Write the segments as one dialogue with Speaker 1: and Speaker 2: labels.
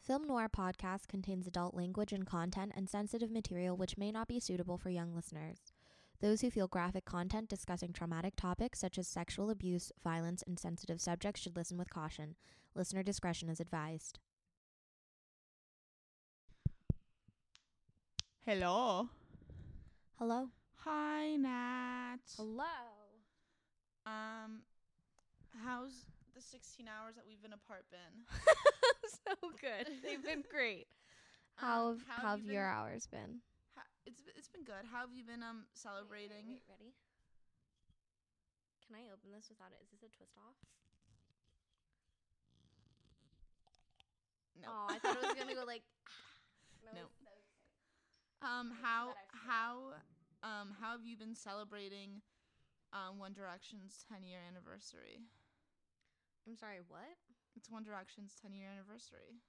Speaker 1: Film Noir podcast contains adult language and content and sensitive material which may not be suitable for young listeners. Those who feel graphic content discussing traumatic topics such as sexual abuse, violence, and sensitive subjects should listen with caution. Listener discretion is advised.
Speaker 2: Hello.
Speaker 1: Hello.
Speaker 2: Hi, Nat.
Speaker 1: Hello.
Speaker 2: Um, how's the 16 hours that we've been apart been? Um,
Speaker 1: so good.
Speaker 2: They've
Speaker 1: been great. How
Speaker 2: Um,
Speaker 1: have, how have
Speaker 2: you
Speaker 1: your
Speaker 2: been-
Speaker 1: hours been?
Speaker 2: ha- it's b- it's been good. How have you been um celebrating?
Speaker 1: ready? Can I open this without it? Is this a twist off?
Speaker 2: No.
Speaker 1: Oh, I thought it was gonna go like. No.
Speaker 2: No. um, how how um how have you been celebrating um One Direction's 10 year anniversary?
Speaker 1: I'm sorry. What?
Speaker 2: It's One Direction's 10 year anniversary.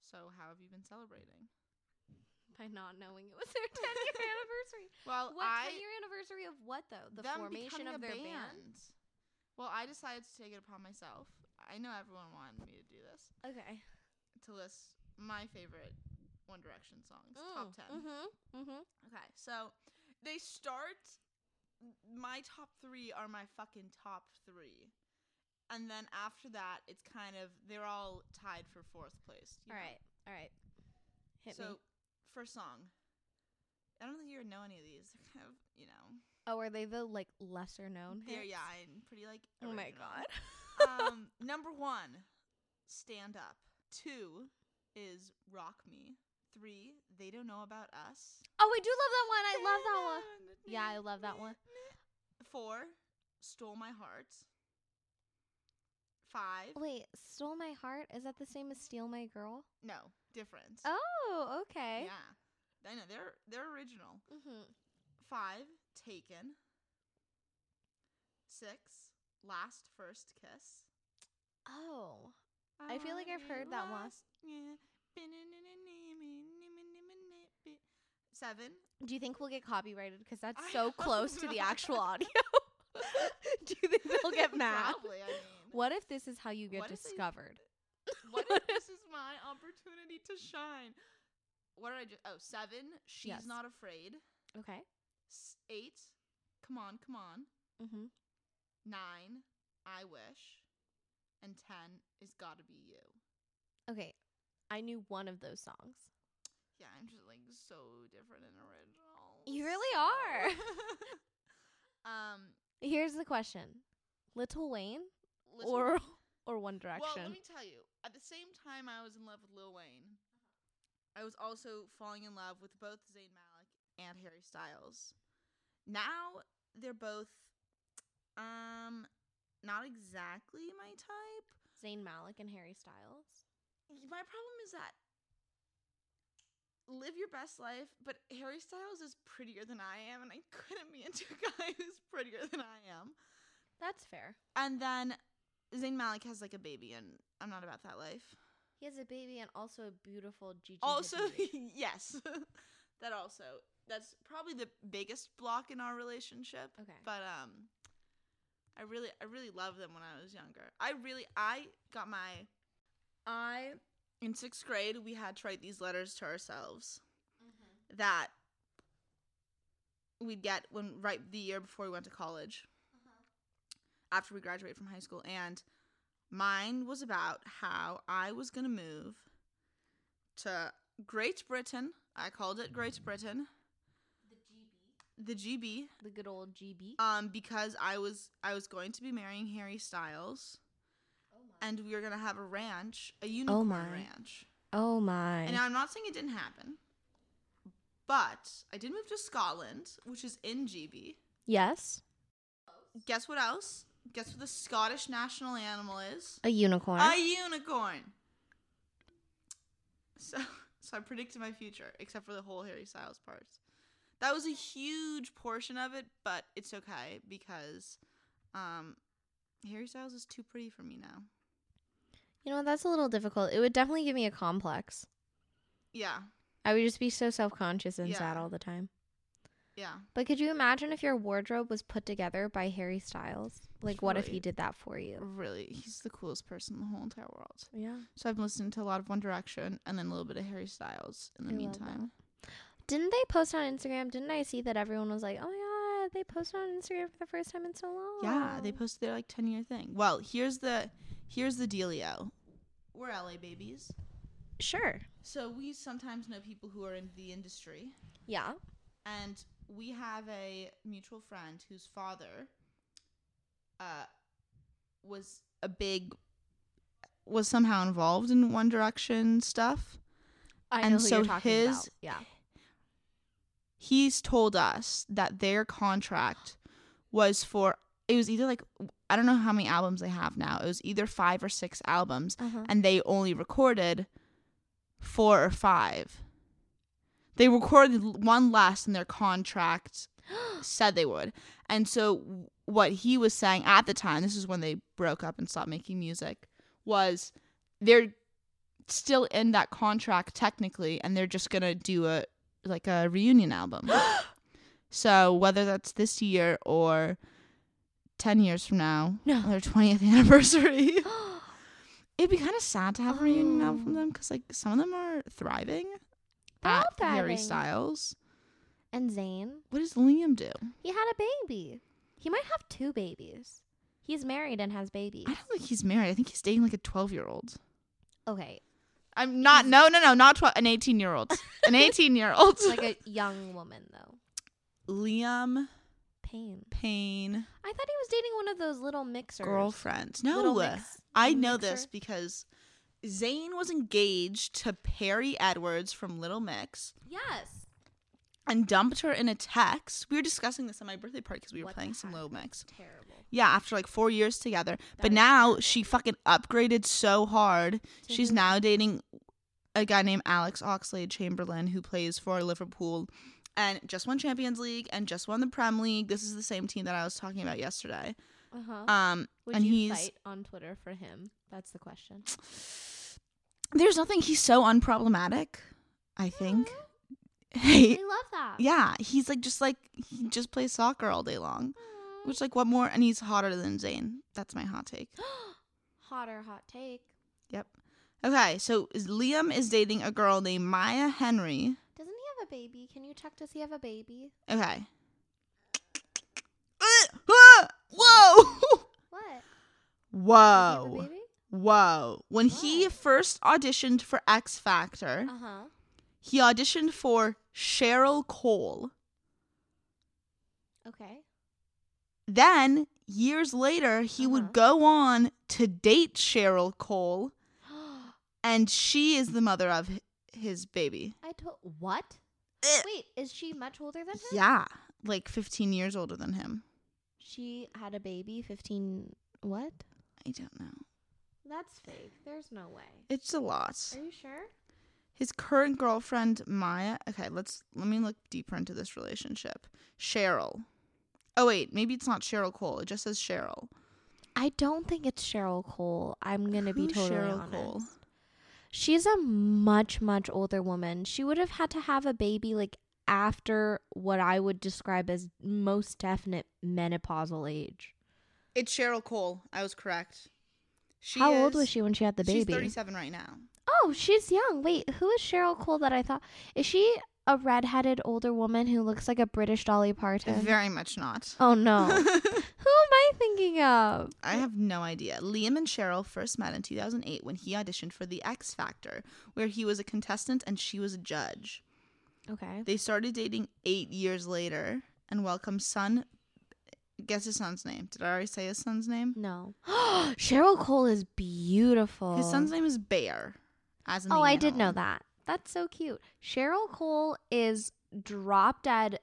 Speaker 2: So how have you been celebrating?
Speaker 1: By not knowing it was their 10 year anniversary.
Speaker 2: Well,
Speaker 1: What
Speaker 2: I
Speaker 1: 10 year anniversary of what though? The
Speaker 2: them
Speaker 1: formation
Speaker 2: becoming a
Speaker 1: of their band.
Speaker 2: Well, I decided to take it upon myself. I know everyone wanted me to do this
Speaker 1: Okay.
Speaker 2: to list my favorite One Direction songs,
Speaker 1: Mm,
Speaker 2: top 10.
Speaker 1: Mm-hmm. Mm-hmm.
Speaker 2: Okay, so they start. My top three are my fucking top three. And then after that, it's kind of they're all tied for fourth place. you
Speaker 1: All
Speaker 2: know?
Speaker 1: right. All right. Hit
Speaker 2: so
Speaker 1: me.
Speaker 2: first song, I don't think you would know any of these. They're kind of you know
Speaker 1: Oh, are they the like lesser known?
Speaker 2: they're
Speaker 1: hits?
Speaker 2: yeah and pretty like
Speaker 1: Oh my
Speaker 2: original.
Speaker 1: god.
Speaker 2: um, number one, stand up. Two is rock me. Three, they don't know about us.
Speaker 1: oh, I do love that one. I love that one. Yeah, I love that one.
Speaker 2: Four, stole my heart. Five,
Speaker 1: Wait, Stole My Heart? Is that the same as Steal My Girl?
Speaker 2: no, different.
Speaker 1: Oh, okay.
Speaker 2: yeah. I know they're they're original.
Speaker 1: Mm-hmm.
Speaker 2: Five, taken. Six, last first kiss.
Speaker 1: Oh. I feel like I've heard that one.
Speaker 2: one. Seven.
Speaker 1: Do you think we'll get copyrighted? Because that's
Speaker 2: I
Speaker 1: so
Speaker 2: hope
Speaker 1: close to the
Speaker 2: not.
Speaker 1: actual audio. Do you think they'll get mad?
Speaker 2: Probably. I mean,
Speaker 1: What if this is how you get
Speaker 2: What if they-
Speaker 1: discovered?
Speaker 2: what if this is my opportunity to shine? What did I just? Oh, seven. She's
Speaker 1: Yes.
Speaker 2: not afraid.
Speaker 1: Okay.
Speaker 2: S- eight. Come on, come on.
Speaker 1: Mm-hmm.
Speaker 2: Nine. I wish. And ten is gotta be you.
Speaker 1: Okay. I knew one of those songs.
Speaker 2: Yeah, I'm just like so different and original.
Speaker 1: You really
Speaker 2: are. um,
Speaker 1: Here's the question: Little Wayne
Speaker 2: listen-
Speaker 1: or or One Direction?
Speaker 2: Well, let me tell you. At the same time I was in love with Lil Wayne, I was also falling in love with both Zayn Malik and Harry Styles. Now they're both um not exactly my type.
Speaker 1: Zayn Malik and Harry Styles.
Speaker 2: My problem is that live your best life, but Harry Styles is prettier than I am and I couldn't be into a guy who's prettier than I am.
Speaker 1: That's fair.
Speaker 2: And then Zayn Malik has like a baby and I'm not about that life.
Speaker 1: He has a baby and also a beautiful Gigi.
Speaker 2: also
Speaker 1: Hadid.
Speaker 2: yes that also that's probably the biggest block in our relationship
Speaker 1: Okay.
Speaker 2: but um i really i really loved them when i was younger i really i got my i in sixth grade we had to write these letters to ourselves that we'd get when right the year before we went to college after we graduated from high school and mine was about how i was going to move to great britain i called it great britain the gb the gb
Speaker 1: the good old GB.
Speaker 2: um because i was i was going to be marrying harry styles and we were going to have a ranch a unicorn
Speaker 1: my.
Speaker 2: ranch
Speaker 1: Oh my!
Speaker 2: and now I'm not saying it didn't happen, but I did move to Scotland, which is in GB.
Speaker 1: yes,
Speaker 2: Guess what else? Guess what the Scottish national animal is?
Speaker 1: a unicorn.
Speaker 2: A unicorn. So, so I predicted my future, except for the whole Harry Styles parts. That was a huge portion of it, but it's okay because um, Harry Styles is too pretty for me now.
Speaker 1: you know that's a little difficult. It would definitely give me a complex.
Speaker 2: Yeah,
Speaker 1: I would just be so self conscious and
Speaker 2: Yeah.
Speaker 1: sad all the time.
Speaker 2: Yeah.
Speaker 1: But could you imagine if your wardrobe was put together by Harry Styles? Like, what if
Speaker 2: Right.
Speaker 1: he did that for you?
Speaker 2: Really, he's the coolest person in the whole entire world.
Speaker 1: Yeah.
Speaker 2: So I've been listening to a lot of One Direction and then a little bit of Harry Styles in the
Speaker 1: I love that.
Speaker 2: meantime.
Speaker 1: Didn't they post on Instagram? Didn't I see that everyone was like, oh my God, they posted on Instagram for the first time in so long?
Speaker 2: Yeah, they posted their like ten year thing. Well, here's the here's the dealio. We're LA babies.
Speaker 1: Sure.
Speaker 2: So we sometimes know people who are in the industry
Speaker 1: Yeah.
Speaker 2: and we have a mutual friend whose father uh was a big was somehow involved in One Direction stuff.
Speaker 1: I
Speaker 2: And so his-
Speaker 1: Yeah.
Speaker 2: he's told us that their contract was for it was either like I don't know how many albums they have now. It was either 5 or 6 albums
Speaker 1: Uh-huh.
Speaker 2: and they only recorded 4 or 5. They recorded l- one less than their contract said they would. And so w- what he was saying at the time, this is when they broke up and stopped making music, was they're still in that contract technically and they're just going to do a like a reunion album. so whether that's this year or 10 years from now,
Speaker 1: No.
Speaker 2: their 20th anniversary. It'd be kind of sad to have a reunion album from
Speaker 1: Oh.
Speaker 2: them because like some of them are thriving.
Speaker 1: They're all
Speaker 2: at Harry
Speaker 1: thriving.
Speaker 2: Styles.
Speaker 1: and Zayn,
Speaker 2: What does Liam do?
Speaker 1: he had a baby. He might have two babies. He's married and has babies.
Speaker 2: I don't think he's married. I think he's dating like a twelve year old.
Speaker 1: Okay.
Speaker 2: I'm not. No, no, no, not twelve. An eighteen year old. An eighteen year old.
Speaker 1: Like a young woman, though.
Speaker 2: Liam
Speaker 1: Pain.
Speaker 2: Payne
Speaker 1: I thought he was dating one of those little mixers.
Speaker 2: girlfriend. No,
Speaker 1: Little mix-
Speaker 2: I
Speaker 1: little
Speaker 2: know
Speaker 1: mixer.
Speaker 2: this because Zayn was engaged to Perry Edwards from Little Mix
Speaker 1: Yes.
Speaker 2: and dumped her in a text. We were discussing this at my birthday party because we were
Speaker 1: What the
Speaker 2: playing some
Speaker 1: heck?
Speaker 2: Little Mix.
Speaker 1: Terrible.
Speaker 2: Yeah, after like four years together.
Speaker 1: That
Speaker 2: but
Speaker 1: is
Speaker 2: now
Speaker 1: terrible.
Speaker 2: she fucking upgraded so hard.
Speaker 1: To
Speaker 2: She's
Speaker 1: who?
Speaker 2: now dating a guy named Alex Oxlade Chamberlain who plays for Liverpool and just won Champions League and just won the Prem League. This is the same team that I was talking about yesterday.
Speaker 1: Uh-huh.
Speaker 2: Um
Speaker 1: Would
Speaker 2: and
Speaker 1: you
Speaker 2: he's-
Speaker 1: fight on Twitter for him? That's the question.
Speaker 2: there's nothing he's so unproblematic, I think.
Speaker 1: Aw, Uh-huh. I
Speaker 2: Hey,
Speaker 1: love that.
Speaker 2: yeah, he's like just like he just plays soccer all day long.
Speaker 1: Aw.
Speaker 2: Which like what more and he's hotter than Zayn. That's my hot take.
Speaker 1: Hotter hot take.
Speaker 2: Yep. Okay, so is- Liam is dating a girl named Maya Henry.
Speaker 1: Doesn't he have a baby? Can you check? Does he have a baby?
Speaker 2: Okay.
Speaker 1: Uh,
Speaker 2: Whoa!
Speaker 1: What? Does he have a
Speaker 2: Whoa.
Speaker 1: baby?
Speaker 2: Whoa. When he
Speaker 1: What?
Speaker 2: first auditioned for X Factor,
Speaker 1: Uh huh.
Speaker 2: he auditioned for Cheryl Cole.
Speaker 1: Okay.
Speaker 2: Then, years later, he
Speaker 1: Uh-huh.
Speaker 2: would go on to date Cheryl Cole, and she is the mother of hi- his baby.
Speaker 1: I told what?
Speaker 2: Eh.
Speaker 1: Wait, is she much older than him?
Speaker 2: Yeah, like 15 years older than him.
Speaker 1: She had a baby. Fifteen. What?
Speaker 2: I don't know.
Speaker 1: That's fake. There's no way.
Speaker 2: It's a lot.
Speaker 1: Are you sure?
Speaker 2: His current girlfriend Maya. Okay, let's let me look deeper into this relationship. Cheryl. Oh wait, maybe it's not Cheryl Cole. It just says Cheryl.
Speaker 1: I don't think it's Cheryl Cole. I'm gonna be
Speaker 2: Who's
Speaker 1: totally
Speaker 2: Cheryl
Speaker 1: honest.
Speaker 2: Cole?
Speaker 1: She's a much much older woman. She would have had to have a baby like after what I would describe as most definite menopausal age.
Speaker 2: It's Cheryl Cole. I was correct. She
Speaker 1: How old was
Speaker 2: is-
Speaker 1: she when she had the
Speaker 2: She's
Speaker 1: baby?
Speaker 2: 37 right now.
Speaker 1: Oh, she's young. Wait, who is Cheryl Cole that I thought? Is she a redheaded older woman who looks like a British Dolly Parton?
Speaker 2: Very much not.
Speaker 1: oh no. who am I thinking of?
Speaker 2: I have no idea. Liam and Cheryl first met in 2008 when he auditioned for The X Factor, where he was a contestant and she was a judge.
Speaker 1: Okay.
Speaker 2: They started dating eight years later and welcomed son. Guess his son's name. Did I already say his son's name?
Speaker 1: No. Cheryl Cole is beautiful.
Speaker 2: His son's name is Bear. As in
Speaker 1: Oh,
Speaker 2: the
Speaker 1: I did
Speaker 2: animal.
Speaker 1: know that. That's so cute. Cheryl Cole is drop dead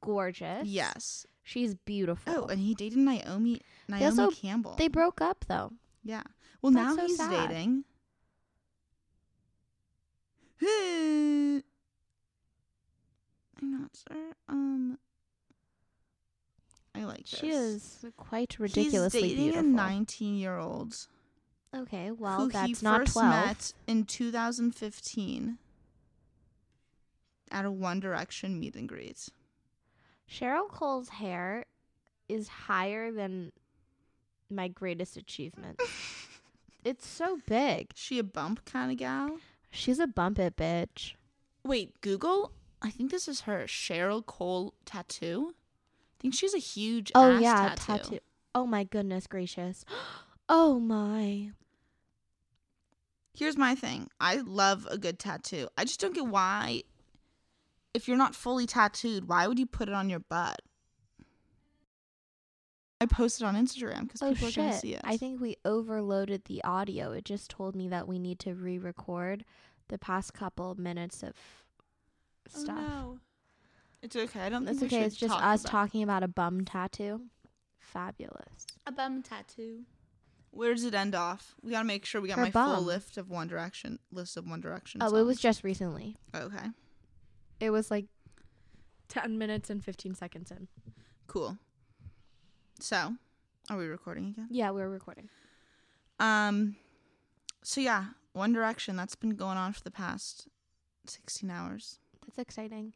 Speaker 1: gorgeous.
Speaker 2: Yes.
Speaker 1: She's beautiful.
Speaker 2: Oh, and he dated Naomi Naomi
Speaker 1: also-
Speaker 2: Campbell.
Speaker 1: they broke up though.
Speaker 2: yeah. Well, now
Speaker 1: That's so
Speaker 2: he's
Speaker 1: sad.
Speaker 2: dating. I'm not sure. Um, I like
Speaker 1: She
Speaker 2: this.
Speaker 1: is quite ridiculously
Speaker 2: He's dating
Speaker 1: beautiful.
Speaker 2: a 19 year old
Speaker 1: okay, well
Speaker 2: who
Speaker 1: that's
Speaker 2: he
Speaker 1: not
Speaker 2: first
Speaker 1: twelve.
Speaker 2: met in 2015 at a One Direction meet and greet.
Speaker 1: Cheryl Cole's hair is higher than my greatest achievement. it's so big.
Speaker 2: She a bump kind of gal?
Speaker 1: She's a bump it bitch.
Speaker 2: Wait, Google? I think this is her Cheryl Cole tattoo. I think she's a huge
Speaker 1: Oh
Speaker 2: ass
Speaker 1: yeah,
Speaker 2: tattoo.
Speaker 1: tattoo. Oh my goodness gracious. Oh my.
Speaker 2: Here's my thing. I love a good tattoo. I just don't get why if you're not fully tattooed, why would you put it on your butt? I posted on Instagram because
Speaker 1: Oh
Speaker 2: people are going to
Speaker 1: shit.
Speaker 2: see it.
Speaker 1: I think we overloaded the audio. It just told me that we need to re-record the past couple minutes of stuff.
Speaker 2: It's okay. I don't
Speaker 1: Oh, It's
Speaker 2: think we
Speaker 1: okay.
Speaker 2: should
Speaker 1: It's just
Speaker 2: talk
Speaker 1: us
Speaker 2: about-
Speaker 1: talking about a bum tattoo. Fabulous.
Speaker 2: A bum tattoo. Where does it end off? We gotta make sure we got
Speaker 1: Her
Speaker 2: my full
Speaker 1: bum.
Speaker 2: list of One Direction list of One Direction.
Speaker 1: Oh, it was just recently.
Speaker 2: songs. okay.
Speaker 1: It was like 10 minutes and 15 seconds in.
Speaker 2: Cool. So, are we recording again?
Speaker 1: Yeah, we were recording.
Speaker 2: Um. So yeah, One Direction. That's been going on for the past sixteen hours.
Speaker 1: That's exciting.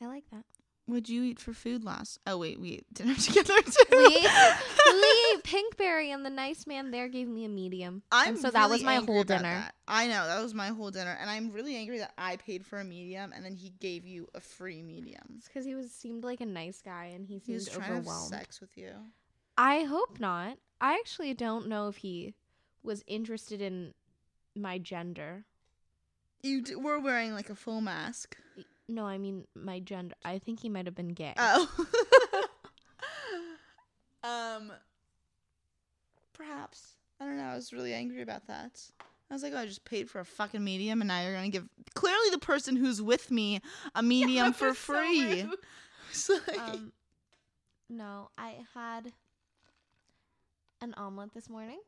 Speaker 1: I like that.
Speaker 2: What'd you eat for food last? Oh wait, we ate dinner together too.
Speaker 1: We- Lee Pinkberry and the nice man there gave me a medium.
Speaker 2: I'm
Speaker 1: and so that was
Speaker 2: really
Speaker 1: my
Speaker 2: angry
Speaker 1: whole
Speaker 2: about
Speaker 1: dinner.
Speaker 2: that. I know that was my whole dinner, and I'm really angry that I paid for a medium and then he gave you a free medium.
Speaker 1: It's because he was seemed like a nice guy and he
Speaker 2: He
Speaker 1: seemed
Speaker 2: was trying to have
Speaker 1: overwhelmed.
Speaker 2: sex with you.
Speaker 1: I hope not. I actually don't know if he was interested in my gender.
Speaker 2: You d- were wearing like a full mask.
Speaker 1: No, I mean my gender. I think he might have been gay.
Speaker 2: Oh. um. Perhaps I don't know. I was really angry about that. I was like, oh, I just paid for a fucking medium, and now you're gonna give clearly the person who's with me a medium
Speaker 1: That
Speaker 2: for
Speaker 1: was so
Speaker 2: free.
Speaker 1: rude.
Speaker 2: It's like-
Speaker 1: um, no, I had an omelet this morning,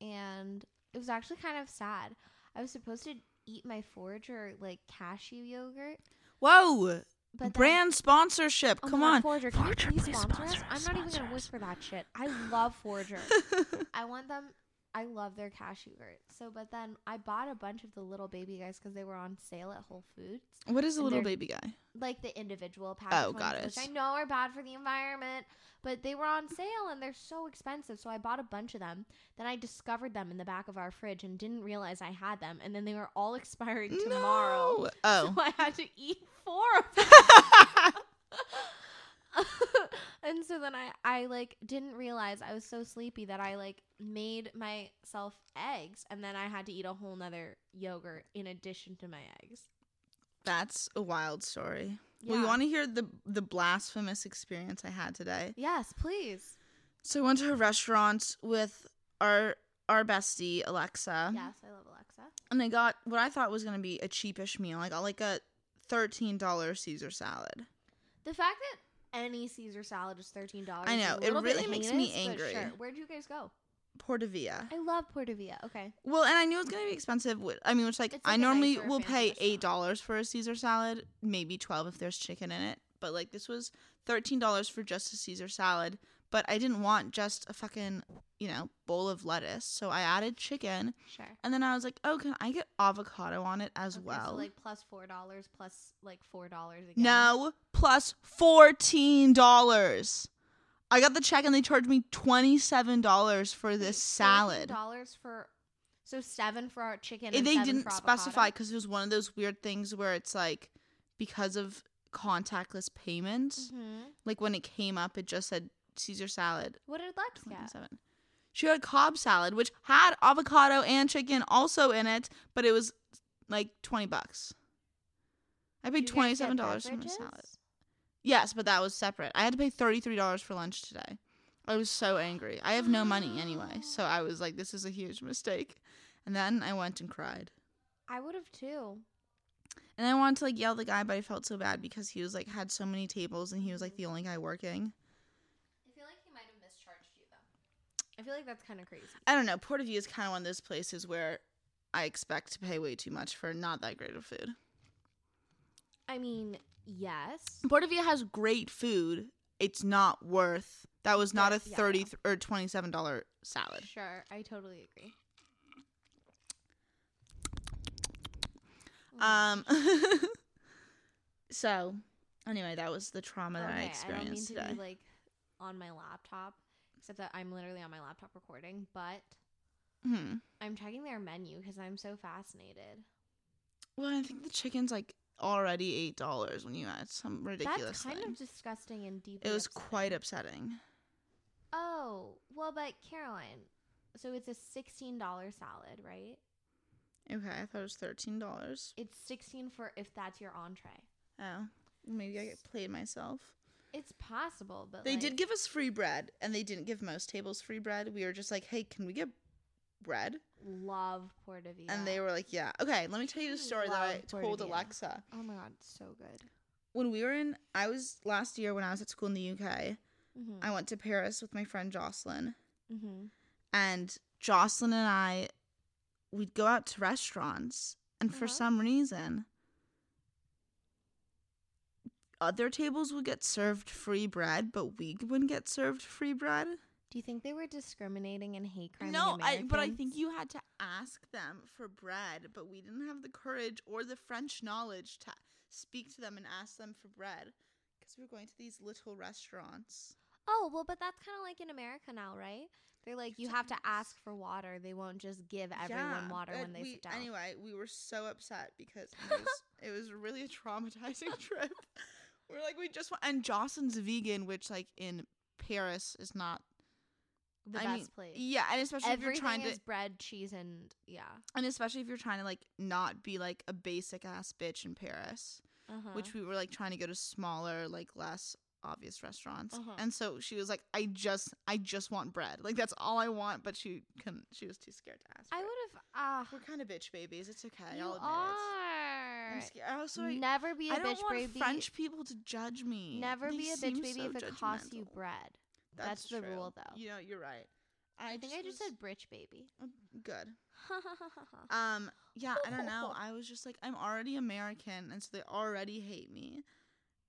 Speaker 1: and it was actually kind of sad. I was supposed to eat my forage or like cashew yogurt,
Speaker 2: Whoa!
Speaker 1: but then-
Speaker 2: Brand sponsorship.
Speaker 1: Oh my
Speaker 2: Come
Speaker 1: God,
Speaker 2: on.
Speaker 1: Forager, can
Speaker 2: Forager,
Speaker 1: you please
Speaker 2: please
Speaker 1: sponsor,
Speaker 2: sponsor us,
Speaker 1: us? I'm not even
Speaker 2: sponsor
Speaker 1: gonna
Speaker 2: us.
Speaker 1: whisper that shit. I love Forager. I want them. I love their cashew yogurt. So, but then I bought a bunch of the little baby guys because they were on sale at Whole Foods.
Speaker 2: what is a
Speaker 1: And
Speaker 2: little
Speaker 1: they're-
Speaker 2: baby guy?
Speaker 1: like the individual package
Speaker 2: Oh, got
Speaker 1: ones, which
Speaker 2: it.
Speaker 1: I know are bad for the environment, but they were on sale and they're so expensive. So I bought a bunch of them. Then I discovered them in the back of our fridge and didn't realize I had them. And then they were all expiring tomorrow.
Speaker 2: No. Oh.
Speaker 1: So I had to eat four of them. and so then I, I like didn't realize I was so sleepy that I like made myself eggs and then I had to eat a whole nother yogurt in addition to my eggs.
Speaker 2: That's a wild story. Well, you
Speaker 1: Yeah.
Speaker 2: want to hear the the blasphemous experience I had today?
Speaker 1: Yes, please.
Speaker 2: So I went to a restaurant with our our bestie Alexa,
Speaker 1: Yes, I love Alexa.
Speaker 2: and I got what I thought was gonna be a cheapish meal. I got like a thirteen dollar Caesar salad.
Speaker 1: The fact that any Caesar salad is thirteen dollars.
Speaker 2: I know, it really makes me angry.
Speaker 1: Where'd you guys go?
Speaker 2: Portavia.
Speaker 1: I love Puerto Villa. Okay,
Speaker 2: Well, and I knew it was gonna be expensive. wh- I mean, which like,
Speaker 1: It's
Speaker 2: I
Speaker 1: like a
Speaker 2: normally
Speaker 1: nicer
Speaker 2: will
Speaker 1: fancy
Speaker 2: pay
Speaker 1: restaurant.
Speaker 2: eight dollars for a Caesar salad, maybe twelve if there's chicken in it. But like this was thirteen dollars for just a Caesar salad. But I didn't want just a fucking you know bowl of lettuce, so I added chicken,
Speaker 1: sure.
Speaker 2: and then I was like, oh, can I get avocado on it as
Speaker 1: Okay,
Speaker 2: well?
Speaker 1: so like plus four dollars, plus like four dollars again.
Speaker 2: No, plus fourteen dollars. I got the check and they charged me twenty seven dollars for this salad.
Speaker 1: Dollars for so seven for our chicken.
Speaker 2: It-
Speaker 1: and
Speaker 2: they
Speaker 1: seven
Speaker 2: didn't
Speaker 1: for avocado?
Speaker 2: specify because it was one of those weird things where it's like because of contactless payment,
Speaker 1: Mhm.
Speaker 2: like when it came up, it just said Caesar salad
Speaker 1: What did Lex
Speaker 2: twenty
Speaker 1: get?
Speaker 2: seven. She had Cobb salad, which had avocado and chicken also in it, but it was like twenty bucks. I
Speaker 1: Did
Speaker 2: paid
Speaker 1: you guys get
Speaker 2: twenty seven dollars for my
Speaker 1: beverages?
Speaker 2: salad. Yes, but that was separate. I had to pay $33 for lunch today. I was so angry. I have no money anyway. So I was like, this is a huge mistake. And then I went and cried.
Speaker 1: I would have too.
Speaker 2: And I wanted to like yell at the guy, but I felt so bad because he was like, had so many tables and he was like the only guy working.
Speaker 1: I feel like he might have mischarged you though. I feel like that's kind of crazy.
Speaker 2: I don't know. Port of View is kind of one of those places where I expect to pay way too much for not that great of food.
Speaker 1: I mean, yes.
Speaker 2: Port of View has great food. It's not worth. That was not a
Speaker 1: Yeah, yeah, yeah.
Speaker 2: 30 th- or $27 salad.
Speaker 1: Sure, I totally agree. Oh
Speaker 2: Um. so Anyway, that was the trauma that I
Speaker 1: Okay,
Speaker 2: experienced
Speaker 1: I don't mean
Speaker 2: today.
Speaker 1: to be like on my laptop, except that I'm literally on my laptop recording, but
Speaker 2: hmm.
Speaker 1: I'm checking their menu because I'm so fascinated.
Speaker 2: Well, I think the chicken's like already eight dollars when you add some ridiculous
Speaker 1: That's kind
Speaker 2: thing.
Speaker 1: of disgusting and deeply.
Speaker 2: it was
Speaker 1: upsetting.
Speaker 2: quite upsetting.
Speaker 1: Oh well, but Caroline, so it's a sixteen dollar salad, right?
Speaker 2: Okay, I thought it was thirteen dollars.
Speaker 1: It's sixteen for if that's your entree.
Speaker 2: Oh, maybe I played myself.
Speaker 1: It's possible, but
Speaker 2: They did
Speaker 1: like,
Speaker 2: give us free bread, and they didn't give most tables free bread. We were just like, "Hey, can we get bread?"
Speaker 1: love Portavia,
Speaker 2: And they were like, "Yeah, okay." Let me tell you the
Speaker 1: She
Speaker 2: story that I
Speaker 1: loved
Speaker 2: told
Speaker 1: Portobello.
Speaker 2: Alexa
Speaker 1: Oh my god, so good.
Speaker 2: when we were in. I was last year when I was at school in the UK.
Speaker 1: Mm-hmm.
Speaker 2: I went to Paris with my friend Jocelyn,
Speaker 1: mm-hmm.
Speaker 2: and Jocelyn and I, we'd go out to restaurants, and for
Speaker 1: Uh-huh.
Speaker 2: some reason, other tables would get served free bread, but we wouldn't get served free bread.
Speaker 1: Do you think they were discriminating and hate crime?
Speaker 2: No, I, but I think you had to ask them for bread, but we didn't have the courage or the French knowledge to speak to them and ask them for bread because we were going to these little restaurants.
Speaker 1: Oh well, but that's kind of like in America now, right? They're like you have to ask for water. They won't just give everyone
Speaker 2: Yeah,
Speaker 1: water
Speaker 2: but
Speaker 1: when they
Speaker 2: we-
Speaker 1: sit down.
Speaker 2: Anyway, we were so upset because it was, it was really a traumatizing trip. We're like, we just want, and Jocelyn's vegan, which like in Paris is not
Speaker 1: the
Speaker 2: I
Speaker 1: best
Speaker 2: mean,
Speaker 1: place.
Speaker 2: Yeah, and especially if you're trying to,
Speaker 1: Everything is bread, cheese, and yeah.
Speaker 2: and especially if you're trying to like not be like a basic ass bitch in Paris.
Speaker 1: Uh-huh.
Speaker 2: which we were like trying to go to smaller like less obvious restaurants
Speaker 1: Uh-huh.
Speaker 2: and so she was like i just i just want bread like that's all i want but she couldn't she was too scared to ask
Speaker 1: I
Speaker 2: for it.
Speaker 1: would have.
Speaker 2: we're kind of bitch babies it's okay
Speaker 1: you
Speaker 2: i'll admit it
Speaker 1: are.
Speaker 2: i'm scared i also I
Speaker 1: Never be a
Speaker 2: don't
Speaker 1: bitch
Speaker 2: want
Speaker 1: baby.
Speaker 2: french people to judge me
Speaker 1: Never
Speaker 2: They
Speaker 1: be a
Speaker 2: seem
Speaker 1: bitch baby
Speaker 2: so
Speaker 1: if it costs you
Speaker 2: judgmental.
Speaker 1: bread. That's the rule, though.
Speaker 2: you know you're right i,
Speaker 1: I think I
Speaker 2: was-
Speaker 1: just
Speaker 2: oh,
Speaker 1: said britch baby.
Speaker 2: good um yeah i don't know i was just like i'm already american and so they already hate me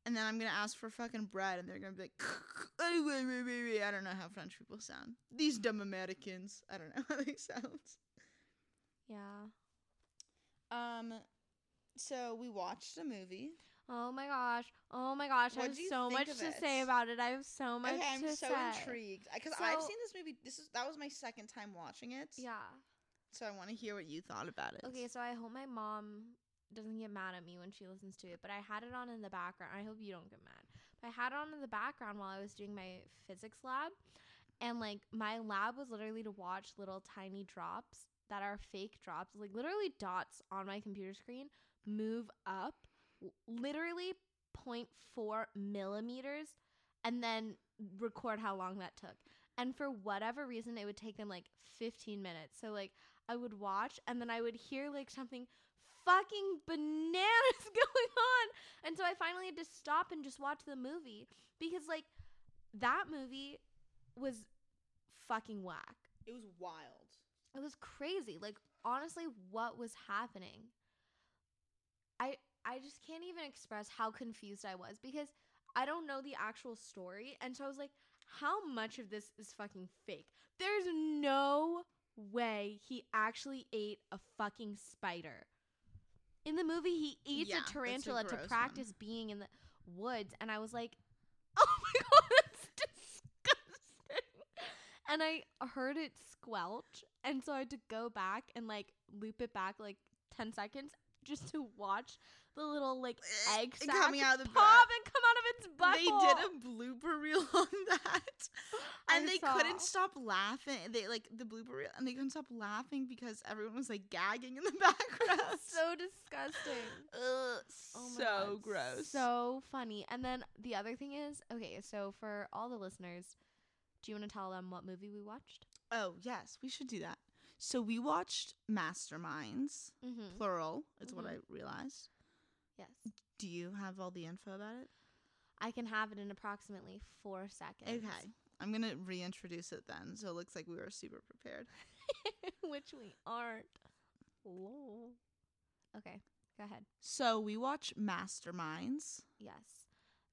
Speaker 2: and then i'm gonna ask for fucking bread and they're gonna be like i don't know how french people sound these dumb americans i don't know how they sound
Speaker 1: yeah.
Speaker 2: um so we watched a movie
Speaker 1: Oh my gosh. Oh my gosh. I
Speaker 2: What
Speaker 1: have
Speaker 2: do you
Speaker 1: so
Speaker 2: think
Speaker 1: much
Speaker 2: of
Speaker 1: to say
Speaker 2: it?
Speaker 1: about it. I have so much
Speaker 2: okay i'm
Speaker 1: to
Speaker 2: so
Speaker 1: say.
Speaker 2: intrigued because i've
Speaker 1: So-
Speaker 2: seen this movie this is that was my second time watching it
Speaker 1: Yeah.
Speaker 2: so i want to hear what you thought about it
Speaker 1: Okay, so I hope my mom doesn't get mad at me when she listens to it, but I had it on in the background. I hope you don't get mad. But I had it on in the background while I was doing my physics lab. And like my lab was literally to watch little tiny drops that are fake drops, like literally dots on my computer screen move up w- literally 0.4 millimeters and then record how long that took. And for whatever reason, it would take them like 15 minutes. So, like, I would watch and then I would hear like something fucking bananas going on. And so I finally had to stop and just watch the movie because, like, that movie was fucking whack.
Speaker 2: it was wild
Speaker 1: It was crazy. Like, honestly, what was happening? I I just can't even express how confused I was because I don't know the actual story. And so I was like, how much of this is fucking fake? There's no way he actually ate a fucking spider. In the movie, he eats
Speaker 2: Yeah, that's
Speaker 1: a
Speaker 2: a
Speaker 1: tarantula to
Speaker 2: gross one.
Speaker 1: practice being in the woods. And I was like, oh my God, that's disgusting. And I heard it squelch. And so I had to go back and like loop it back like 10 seconds just to watch the little like egg
Speaker 2: It
Speaker 1: sack
Speaker 2: got me out of the
Speaker 1: pop and come out of its
Speaker 2: they
Speaker 1: butthole.
Speaker 2: did a blooper reel on that
Speaker 1: I
Speaker 2: and they couldn't
Speaker 1: saw.
Speaker 2: stop laughing they like the blooper reel and they couldn't stop laughing because everyone was like gagging in the background
Speaker 1: so disgusting.
Speaker 2: Ugh,
Speaker 1: Oh
Speaker 2: so
Speaker 1: my God,
Speaker 2: gross
Speaker 1: So funny. And then the other thing is, okay, so for all the listeners, do you want to tell them what movie we watched?
Speaker 2: oh yes we should do that so we watched masterminds
Speaker 1: Mm-hmm.
Speaker 2: plural is what i
Speaker 1: Mhm.
Speaker 2: realized
Speaker 1: Yes.
Speaker 2: do you have all the info about it
Speaker 1: I can have it in approximately four seconds.
Speaker 2: okay i'm gonna reintroduce it then so it looks like we were super prepared
Speaker 1: Which we aren't. Lol. Okay, go ahead.
Speaker 2: so we watch masterminds
Speaker 1: Yes.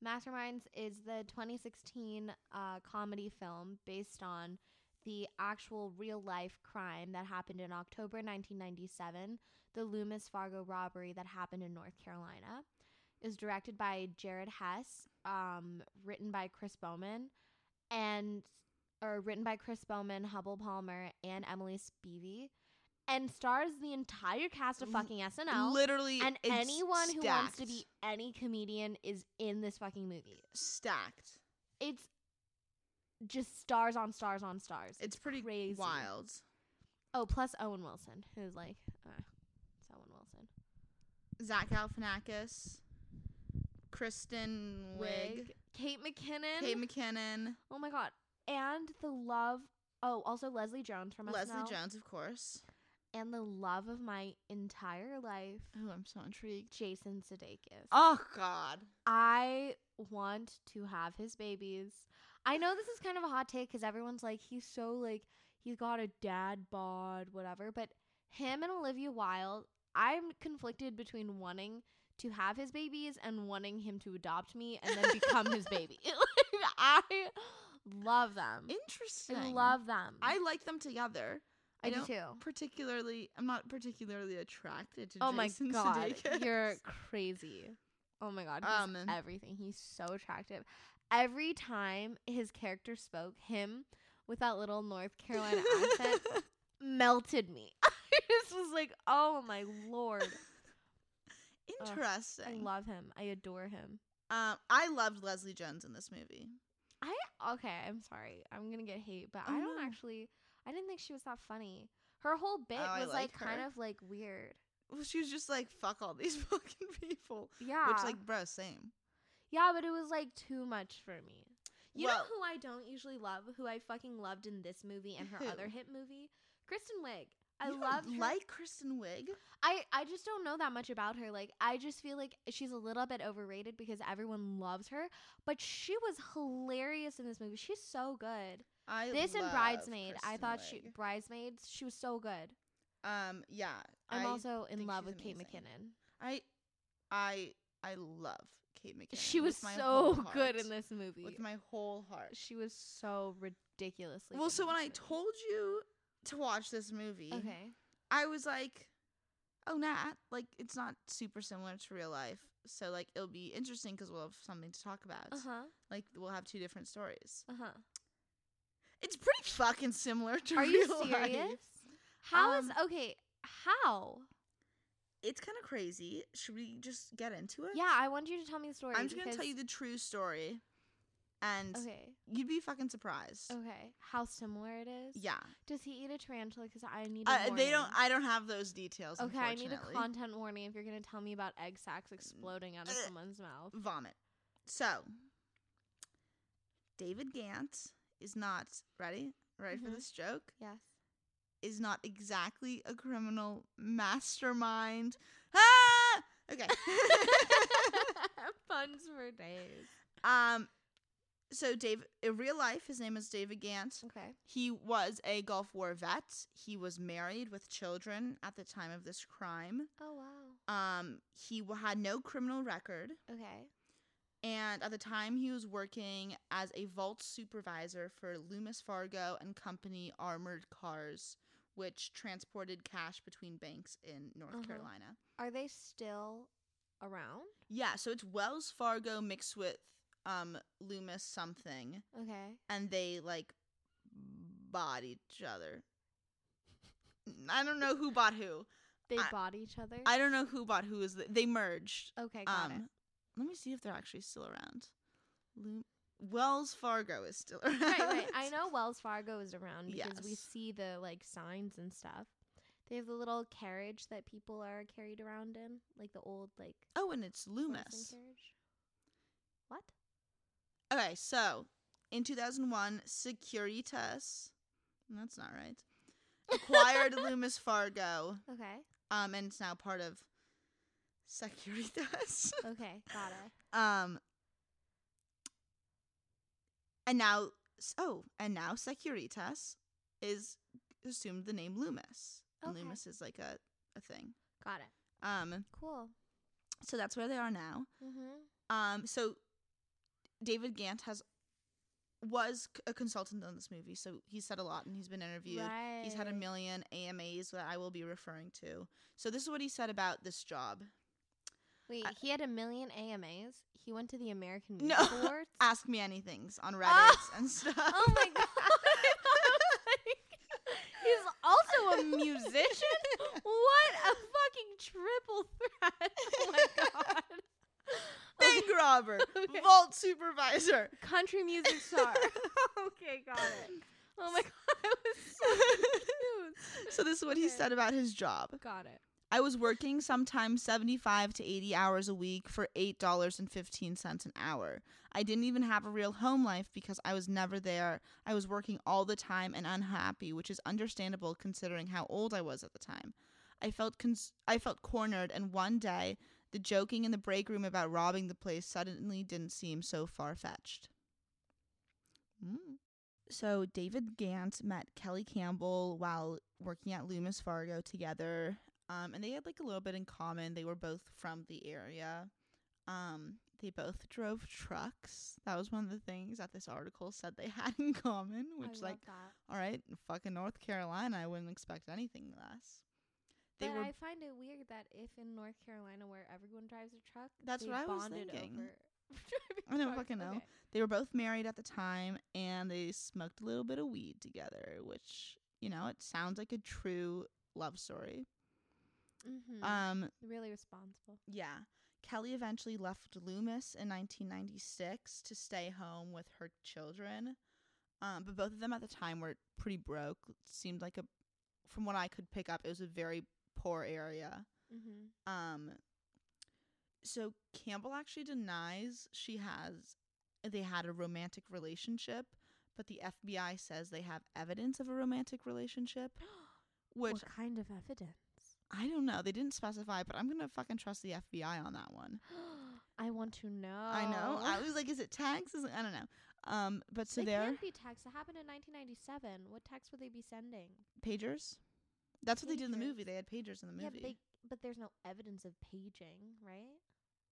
Speaker 1: Masterminds is the 2016 uh, comedy film based on the actual real life crime that happened in October 1997, the Loomis Fargo robbery that happened in North Carolina. is directed by Jared Hess, um, written by Chris Bowman, and or written by Chris Bowman, Hubble Palmer, and Emily Spivey, and stars the entire cast of
Speaker 2: L-
Speaker 1: fucking SNL.
Speaker 2: Literally,
Speaker 1: and
Speaker 2: it's
Speaker 1: anyone who wants to
Speaker 2: stacked.
Speaker 1: be any comedian is in this fucking movie.
Speaker 2: stacked.
Speaker 1: It's just stars on stars on stars.
Speaker 2: It's pretty
Speaker 1: crazy.
Speaker 2: wild.
Speaker 1: Oh, plus Owen Wilson, who's like, uh, it's Owen Wilson.
Speaker 2: Zach Galifianakis, Kristen Wiig,
Speaker 1: Kate McKinnon.
Speaker 2: Kate McKinnon,
Speaker 1: oh my god. And the love. Oh, also Leslie Jones from
Speaker 2: Leslie
Speaker 1: SNL.
Speaker 2: Jones, of course.
Speaker 1: And the love of my entire life,
Speaker 2: Oh, I'm so intrigued.
Speaker 1: Jason Sudeikis.
Speaker 2: Oh God.
Speaker 1: I want to have his babies. I know this is kind of a hot take because everyone's like, he's so like, he's got a dad bod, whatever. But him and Olivia Wilde, I'm conflicted between wanting to have his babies and wanting him to adopt me and then become his baby. Like, I love them.
Speaker 2: Interesting.
Speaker 1: I love them.
Speaker 2: I like them together. I,
Speaker 1: I do
Speaker 2: don't
Speaker 1: too.
Speaker 2: particularly. I'm not particularly attracted to
Speaker 1: Oh my
Speaker 2: Jason
Speaker 1: god,
Speaker 2: Sudeikis.
Speaker 1: you're crazy. Oh my god, he's
Speaker 2: Um,
Speaker 1: everything. He's so attractive. Every time his character spoke, him with that little North Carolina accent melted me. I just was like, oh my lord, I
Speaker 2: Interesting.
Speaker 1: love him. I adore him.
Speaker 2: um, I loved Leslie Jones in this movie.
Speaker 1: I okay. I'm sorry. I'm gonna get hate, but
Speaker 2: Oh,
Speaker 1: I don't
Speaker 2: no.
Speaker 1: actually. I didn't think she was that funny. Her whole bit
Speaker 2: Oh, I
Speaker 1: was like
Speaker 2: like
Speaker 1: kind
Speaker 2: her.
Speaker 1: of like weird.
Speaker 2: Well, she was just like, "Fuck all these fucking people,"
Speaker 1: Yeah,
Speaker 2: which, like, bro, same.
Speaker 1: Yeah, but it was like too much for me. You know
Speaker 2: Well-
Speaker 1: who I don't usually love, who I fucking loved in this movie and her
Speaker 2: Who?
Speaker 1: other hit movie? Kristen Wiig. I
Speaker 2: You don't
Speaker 1: loved her.
Speaker 2: like Kristen Wiig.
Speaker 1: I I just don't know that much about her. Like I just feel like she's a little bit overrated because everyone loves her, but she was hilarious in this movie. She's so good.
Speaker 2: I
Speaker 1: this and
Speaker 2: love
Speaker 1: Bridesmaid. I
Speaker 2: Kristen
Speaker 1: thought she
Speaker 2: Wiig.
Speaker 1: Bridesmaids, she was so good.
Speaker 2: Um, yeah.
Speaker 1: I'm
Speaker 2: I-
Speaker 1: also in
Speaker 2: think
Speaker 1: love
Speaker 2: she's
Speaker 1: with Kate
Speaker 2: amazing.
Speaker 1: McKinnon.
Speaker 2: I, I, I love Kate McKinnon.
Speaker 1: She was
Speaker 2: with my whole
Speaker 1: so good
Speaker 2: heart.
Speaker 1: in this movie.
Speaker 2: With my whole heart.
Speaker 1: she was so ridiculously
Speaker 2: Well,
Speaker 1: good
Speaker 2: so
Speaker 1: in
Speaker 2: when
Speaker 1: this
Speaker 2: I
Speaker 1: movie.
Speaker 2: told you to watch this movie,
Speaker 1: Okay.
Speaker 2: I was like, "Oh, Nat, like it's not super similar to real life, so like it'll be interesting because we'll have something to talk about.
Speaker 1: Uh huh.
Speaker 2: Like we'll have two different stories.
Speaker 1: Uh huh.
Speaker 2: It's pretty fucking similar to
Speaker 1: Are
Speaker 2: real
Speaker 1: you
Speaker 2: life.
Speaker 1: serious? How is
Speaker 2: Um,
Speaker 1: okay? How?
Speaker 2: It's kind of crazy. Should we just get into it?
Speaker 1: Yeah, I want you to tell me the story.
Speaker 2: I'm just gonna tell
Speaker 1: because-
Speaker 2: you the true story, and
Speaker 1: Okay.
Speaker 2: you'd be fucking surprised.
Speaker 1: Okay. How similar it is?
Speaker 2: Yeah,
Speaker 1: Does he eat a tarantula? Because I need. A
Speaker 2: uh, they don't.
Speaker 1: warning.
Speaker 2: I don't have those details.
Speaker 1: okay, I need a
Speaker 2: unfortunately. Mm.
Speaker 1: content warning if you're gonna tell me about egg sacs exploding out of
Speaker 2: Ugh.
Speaker 1: someone's mouth.
Speaker 2: vomit. So, David Gant is not ready. Ready for
Speaker 1: Mhm.
Speaker 2: this joke?
Speaker 1: Yes.
Speaker 2: Is not exactly a criminal mastermind. Ah! Okay.
Speaker 1: Puns for days.
Speaker 2: um. So Dave, in real life, his name is David Gant.
Speaker 1: Okay.
Speaker 2: He was a Gulf War vet. He was married with children at the time of this crime.
Speaker 1: Oh wow.
Speaker 2: Um, he w- had no criminal record,
Speaker 1: Okay.
Speaker 2: and at the time he was working as a vault supervisor for Loomis Fargo and Company armored cars, which transported cash between banks in North
Speaker 1: Uh-huh.
Speaker 2: Carolina.
Speaker 1: Are they still around?
Speaker 2: Yeah, so it's Wells Fargo mixed with um Loomis something,
Speaker 1: Okay.
Speaker 2: and they like bought each other. I don't know who bought who.
Speaker 1: They
Speaker 2: I-
Speaker 1: bought each other.
Speaker 2: I don't know who bought who is the, they merged.
Speaker 1: okay. Got it.
Speaker 2: um, let me see if they're actually still around. Lu- Wells Fargo is still around.
Speaker 1: right, right. I know Wells Fargo is around because we
Speaker 2: Yes.
Speaker 1: see the like signs and stuff. They have the little carriage that people are carried around in, like the old like
Speaker 2: Oh, and it's
Speaker 1: horse and
Speaker 2: Loomis.
Speaker 1: carriage. What?
Speaker 2: Okay, so in 2001, Securitas, that's not right, acquired Loomis Fargo,
Speaker 1: Okay.
Speaker 2: um, and it's now part of Securitas.
Speaker 1: Okay. Got it.
Speaker 2: um, and now, oh, and now Securitas is assumed the name Loomis. And
Speaker 1: Okay.
Speaker 2: Loomis is like a, a thing.
Speaker 1: Got it.
Speaker 2: Um,
Speaker 1: Cool.
Speaker 2: so that's where they are now.
Speaker 1: Mm-hmm.
Speaker 2: Um, so David Gant has was c- a consultant on this movie, so he said a lot and he's been interviewed.
Speaker 1: Right.
Speaker 2: He's had a million AMAs that I will be referring to. So this is what he said about this job.
Speaker 1: Wait,
Speaker 2: I-
Speaker 1: he had a million AMAs. He went to the American Music
Speaker 2: No.
Speaker 1: Awards.
Speaker 2: Ask me anything's on Reddit and stuff.
Speaker 1: oh my god! He's also a musician. What a fucking triple threat! Oh my god!
Speaker 2: Bank robber,
Speaker 1: Okay.
Speaker 2: vault supervisor.
Speaker 1: Country music star. okay, got it. Oh my god, I was so confused.
Speaker 2: So this is what he
Speaker 1: Okay.
Speaker 2: said about his job.
Speaker 1: Got it.
Speaker 2: I was working sometimes 75 to 80 hours a week for $8.15 an hour. I didn't even have a real home life because I was never there. I was working all the time and unhappy, which is understandable considering how old I was at the time. I felt cons- I felt cornered and one day the joking in the break room about robbing the place suddenly didn't seem so far-fetched. Mm. So David Gant met Kelly Campbell while working at Loomis Fargo together um, and they had like a little bit in common. They were both from the area. Um, they both drove trucks. That was one of the things that this article said they had in common,
Speaker 1: I
Speaker 2: which
Speaker 1: love
Speaker 2: like,
Speaker 1: that.
Speaker 2: all right, fucking North Carolina, I wouldn't expect anything less. They
Speaker 1: but
Speaker 2: were
Speaker 1: I find it weird that if in North Carolina where everyone drives a truck,
Speaker 2: That's
Speaker 1: they
Speaker 2: what I was
Speaker 1: bonded
Speaker 2: thinking.
Speaker 1: Over driving
Speaker 2: I don't
Speaker 1: trucks.
Speaker 2: fucking know.
Speaker 1: Okay.
Speaker 2: they were both married at the time and they smoked a little bit of weed together, which, you know, it sounds like a true love story.
Speaker 1: Mm-hmm.
Speaker 2: Um,
Speaker 1: really responsible.
Speaker 2: Yeah. Kelly eventually left Loomis in 1996 to stay home with her children. Um, but both of them at the time were pretty broke. It seemed like a, from what I could pick up, it was a very poor area.
Speaker 1: Mm-hmm.
Speaker 2: Um, so Campbell actually denies she has, they had a romantic relationship, but the FBI says they have evidence of a romantic relationship, which
Speaker 1: what kind of evidence?
Speaker 2: I don't know. They didn't specify, but I'm gonna fucking trust the FBI on that one.
Speaker 1: I want to know.
Speaker 2: I know. I was like, is it tax? Is it, I don't know. Um, but so
Speaker 1: Oh. they
Speaker 2: there
Speaker 1: can't be taxed. That happened in 1997. What tax would they be sending?
Speaker 2: pagers. That's what they did in the
Speaker 1: Pagers.
Speaker 2: movie. They had pagers in the movie.
Speaker 1: Yeah, but they but there's no evidence of paging, right?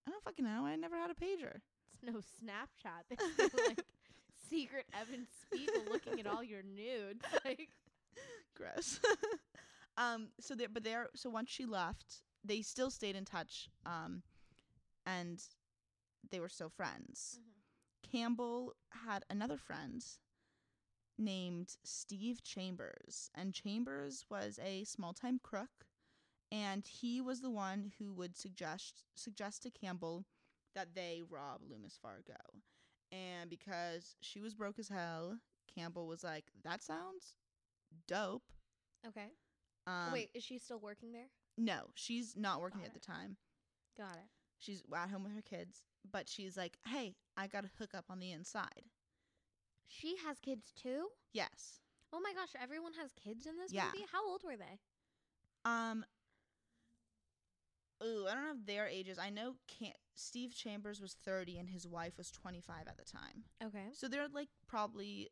Speaker 2: I don't fucking know. I never had a pager.
Speaker 1: It's no Snapchat. There's no, like secret evidence people looking at all your nudes. Like
Speaker 2: Gross. um. So there, but there. So once she left, they still stayed in touch. Um, and they were still friends.
Speaker 1: Mm-hmm.
Speaker 2: Campbell had another friend named Steve Chambers, and Chambers was a small-time crook, and he was the one who would suggest suggest to Campbell that they rob Loomis Fargo. And because she was broke as hell, Campbell was like, "That sounds dope."
Speaker 1: okay.
Speaker 2: Um,
Speaker 1: Wait, is she still working there?
Speaker 2: no, she's not working
Speaker 1: Got
Speaker 2: at the
Speaker 1: it.
Speaker 2: time.
Speaker 1: Got it.
Speaker 2: She's at home with her kids, but she's like, "Hey, I got a hookup on the inside."
Speaker 1: She has kids too?
Speaker 2: Yes.
Speaker 1: Oh my gosh, everyone has kids in this
Speaker 2: Yeah.
Speaker 1: movie? How old were they?
Speaker 2: Um. Ooh, I don't know their ages. I know can Steve Chambers was thirty and his wife was twenty five at the time,
Speaker 1: Okay.
Speaker 2: so they're like probably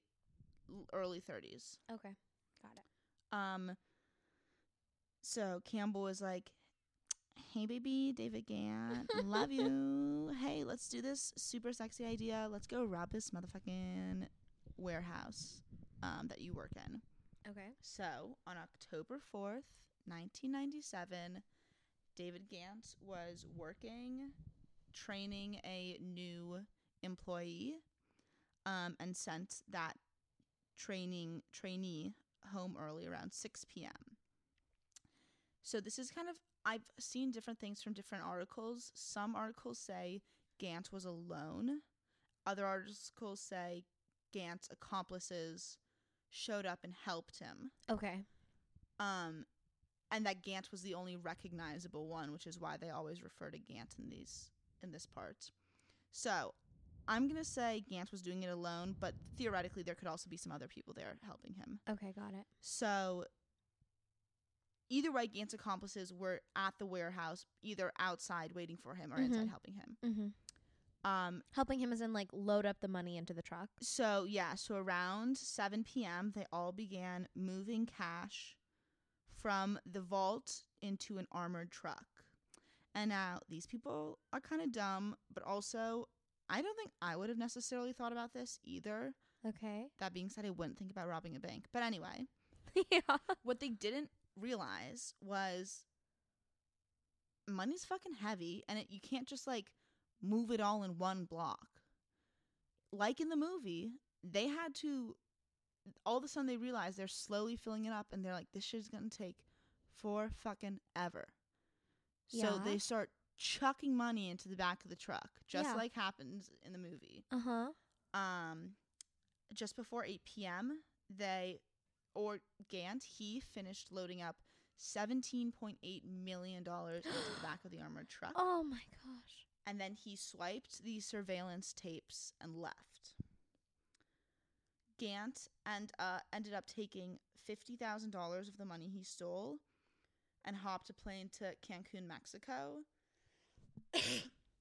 Speaker 2: l- early thirties.
Speaker 1: Okay. Got it.
Speaker 2: Um. So Campbell was like, "Hey, baby, David Gann, love you. Hey, let's do this super sexy idea. Let's go rob this motherfucking warehouse um, that you work in."
Speaker 1: Okay.
Speaker 2: So, on October 4th, 1997, David Gantz was working, training a new employee, um, and sent that training trainee home early around 6 p.m. So, this is kind of, I've seen different things from different articles. Some articles say Gant was alone, other articles say Gant's accomplices showed up and helped him
Speaker 1: Okay.
Speaker 2: um and that Gant was the only recognizable one, which is why they always refer to Gant in these in this part. So, I'm going to say Gant was doing it alone, but theoretically there could also be some other people there helping him.
Speaker 1: Okay, got it.
Speaker 2: So, either way Gant's accomplices were at the warehouse, either outside waiting for him or inside
Speaker 1: Mhm.
Speaker 2: helping him.
Speaker 1: Mm-hmm.
Speaker 2: Um
Speaker 1: Helping him as in like load up the money into the truck.
Speaker 2: So, yeah, so around 7 p.m., they all began moving cash from the vault into an armored truck. And now these people are kind of dumb, but also I don't think I would have necessarily thought about this either.
Speaker 1: Okay.
Speaker 2: That being said, I wouldn't think about robbing a bank. But anyway,
Speaker 1: yeah.
Speaker 2: what they didn't realize was money's fucking heavy and it, you can't just like move it all in one block. Like in the movie, they had to all of a sudden they realize they're slowly filling it up and they're like this shit's going to take for fucking ever. So
Speaker 1: Yeah.
Speaker 2: they start chucking money into the back of the truck just
Speaker 1: Yeah.
Speaker 2: like happens in the movie.
Speaker 1: Uh huh.
Speaker 2: Um just before 8 p.m., they or Gant he finished loading up 17.8 million dollars into the back of the armored truck
Speaker 1: Oh my gosh.
Speaker 2: and then he swiped the surveillance tapes and left. Gant and uh, ended up taking fifty thousand dollars of the money he stole, and hopped a plane to Cancun, Mexico,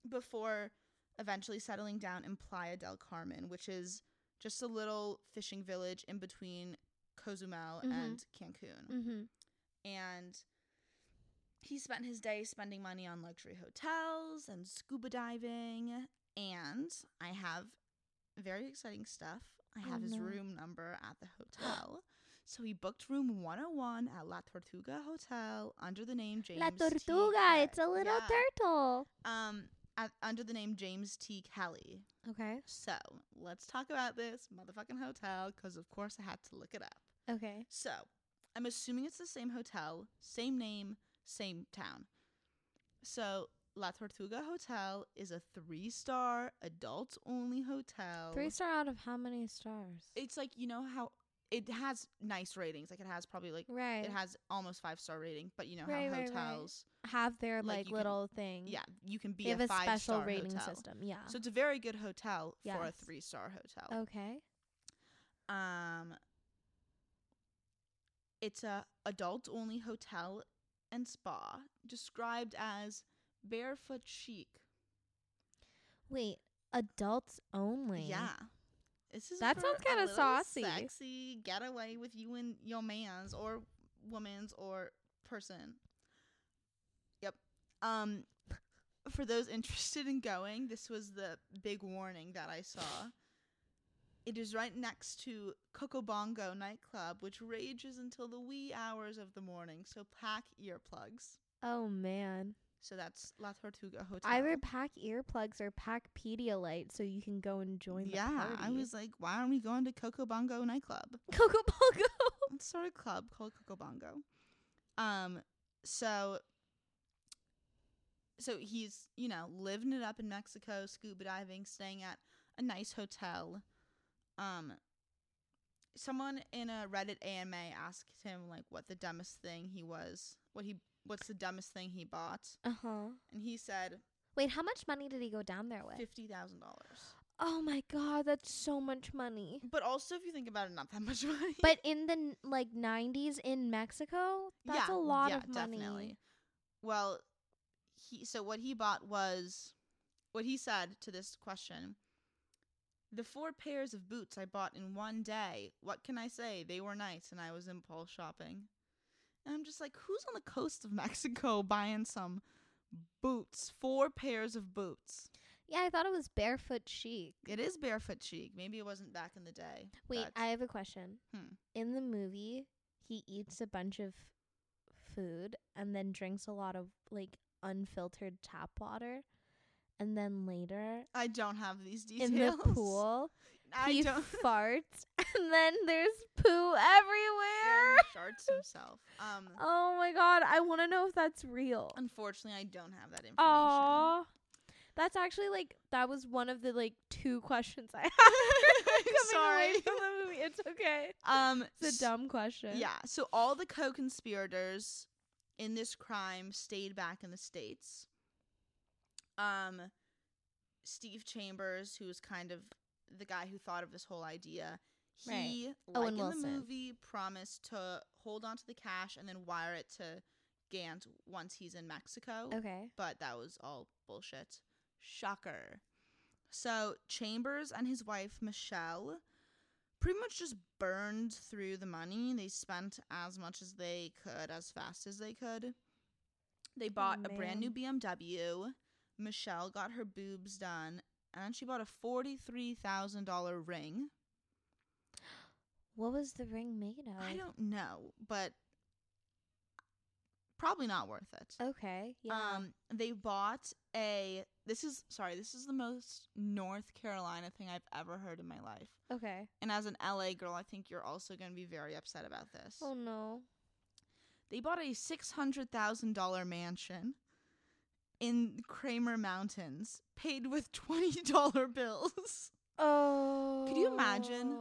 Speaker 2: before eventually settling down in Playa del Carmen, which is just a little fishing village in between Cozumel
Speaker 1: Mhm.
Speaker 2: and Cancun
Speaker 1: Mm-hmm.
Speaker 2: and he spent his day spending money on luxury hotels and scuba diving and i have very exciting stuff i
Speaker 1: Oh,
Speaker 2: have his
Speaker 1: no.
Speaker 2: room number at the hotel so he booked room 101 at la tortuga hotel under the name james
Speaker 1: La
Speaker 2: T.
Speaker 1: tortuga.
Speaker 2: Ke-
Speaker 1: It's a little
Speaker 2: Yeah.
Speaker 1: turtle.
Speaker 2: um at, under the name james t kelly
Speaker 1: Okay.
Speaker 2: so let's talk about this motherfucking hotel because of course i had to look it up
Speaker 1: Okay.
Speaker 2: so, I'm assuming it's the same hotel, same name, same town. So, La Tortuga Hotel is a three star adults only hotel.
Speaker 1: Three star out of how many stars?
Speaker 2: It's like, you know how it has nice ratings. Like, it has probably like,
Speaker 1: right.
Speaker 2: it has almost five star rating, but you know
Speaker 1: Right,
Speaker 2: how
Speaker 1: right, right.
Speaker 2: hotels,
Speaker 1: have their
Speaker 2: like,
Speaker 1: like,
Speaker 2: you can-
Speaker 1: little thing.
Speaker 2: yeah, you can be
Speaker 1: They have
Speaker 2: a
Speaker 1: a
Speaker 2: five
Speaker 1: special
Speaker 2: star
Speaker 1: rating
Speaker 2: hotel.
Speaker 1: system. Yeah.
Speaker 2: So, it's a very good hotel for a
Speaker 1: Yes.
Speaker 2: three star hotel.
Speaker 1: okay.
Speaker 2: Um, it's a adult only hotel and spa described as barefoot chic.
Speaker 1: Wait. Adults only.
Speaker 2: Yeah, this is
Speaker 1: That
Speaker 2: for
Speaker 1: sounds
Speaker 2: a
Speaker 1: kinda
Speaker 2: little
Speaker 1: saucy.
Speaker 2: Sexy getaway with you and your man's or woman's or person. Yep. Um, for those interested in going, this was the big warning that I saw. It is right next to Cocobongo nightclub, which rages until the wee hours of the morning. So pack earplugs.
Speaker 1: Oh man.
Speaker 2: So that's La Tortuga Hotel.
Speaker 1: Either pack earplugs or pack Pedialyte so you can go and join
Speaker 2: yeah,
Speaker 1: the party.
Speaker 2: I was like, why aren't we going to Cocobongo nightclub?
Speaker 1: Coco Bongo.
Speaker 2: It's sort of club called Cocobongo. Um, so so he's you know living it up in Mexico, scuba diving, staying at a nice hotel. Um, someone in a Reddit AMA asked him like what the dumbest thing he was, what he what's the dumbest thing he bought,
Speaker 1: Uh huh.
Speaker 2: and he said
Speaker 1: Wait, how much money did he go down there with?
Speaker 2: fifty thousand dollars.
Speaker 1: Oh my god, that's so much money.
Speaker 2: But also, if you think about it, not that much money.
Speaker 1: But in the n- like 90s in Mexico, that's a lot of money.
Speaker 2: Well, he so what he bought was what he said to this question. The four pairs of boots I bought in one day. What can I say? They were nice and I was impulse shopping. And I'm just like, who's on the coast of Mexico buying some boots? Four pairs of boots.
Speaker 1: Yeah, I thought it was barefoot chic.
Speaker 2: It is barefoot chic. Maybe it wasn't back in the day.
Speaker 1: Wait,
Speaker 2: but-
Speaker 1: I have a question.
Speaker 2: Hmm.
Speaker 1: In the movie, he eats a bunch of food and then drinks a lot of like unfiltered tap water. And then later
Speaker 2: I don't have these details.
Speaker 1: in the pool,
Speaker 2: I
Speaker 1: he
Speaker 2: don't.
Speaker 1: farts and then there's poo everywhere.
Speaker 2: Yeah, he sharts himself. Um,
Speaker 1: Oh my god, I want to know if that's real.
Speaker 2: Unfortunately, I don't have that information.
Speaker 1: Aww. That's actually like that was one of the like two questions I had coming
Speaker 2: Sorry.
Speaker 1: away from the movie. It's okay.
Speaker 2: Um,
Speaker 1: It's a
Speaker 2: s-
Speaker 1: dumb question.
Speaker 2: Yeah. So all the co-conspirators in this crime stayed back in the states. Um, Steve Chambers, who was kind of the guy who thought of this whole idea,
Speaker 1: Right.
Speaker 2: he like
Speaker 1: Owen
Speaker 2: in the
Speaker 1: Wilson.
Speaker 2: movie promised to hold on to the cash and then wire it to Gant once he's in Mexico.
Speaker 1: Okay.
Speaker 2: but that was all bullshit. Shocker. So Chambers and his wife Michelle pretty much just burned through the money. They spent as much as they could, as fast as they could. They bought a brand new BMW. Michelle got her boobs done, and then she bought a forty-three thousand dollar ring.
Speaker 1: What was the ring made of?
Speaker 2: I don't know, but probably not worth it.
Speaker 1: Okay. Yeah.
Speaker 2: Um, they bought a. This is sorry. This is the most North Carolina thing I've ever heard in my life.
Speaker 1: okay.
Speaker 2: And as an LA girl, I think you're also going to be very upset about this.
Speaker 1: Oh no.
Speaker 2: They bought a six hundred thousand dollar mansion in Kramer Mountains, paid with twenty dollar bills.
Speaker 1: Oh.
Speaker 2: you imagine?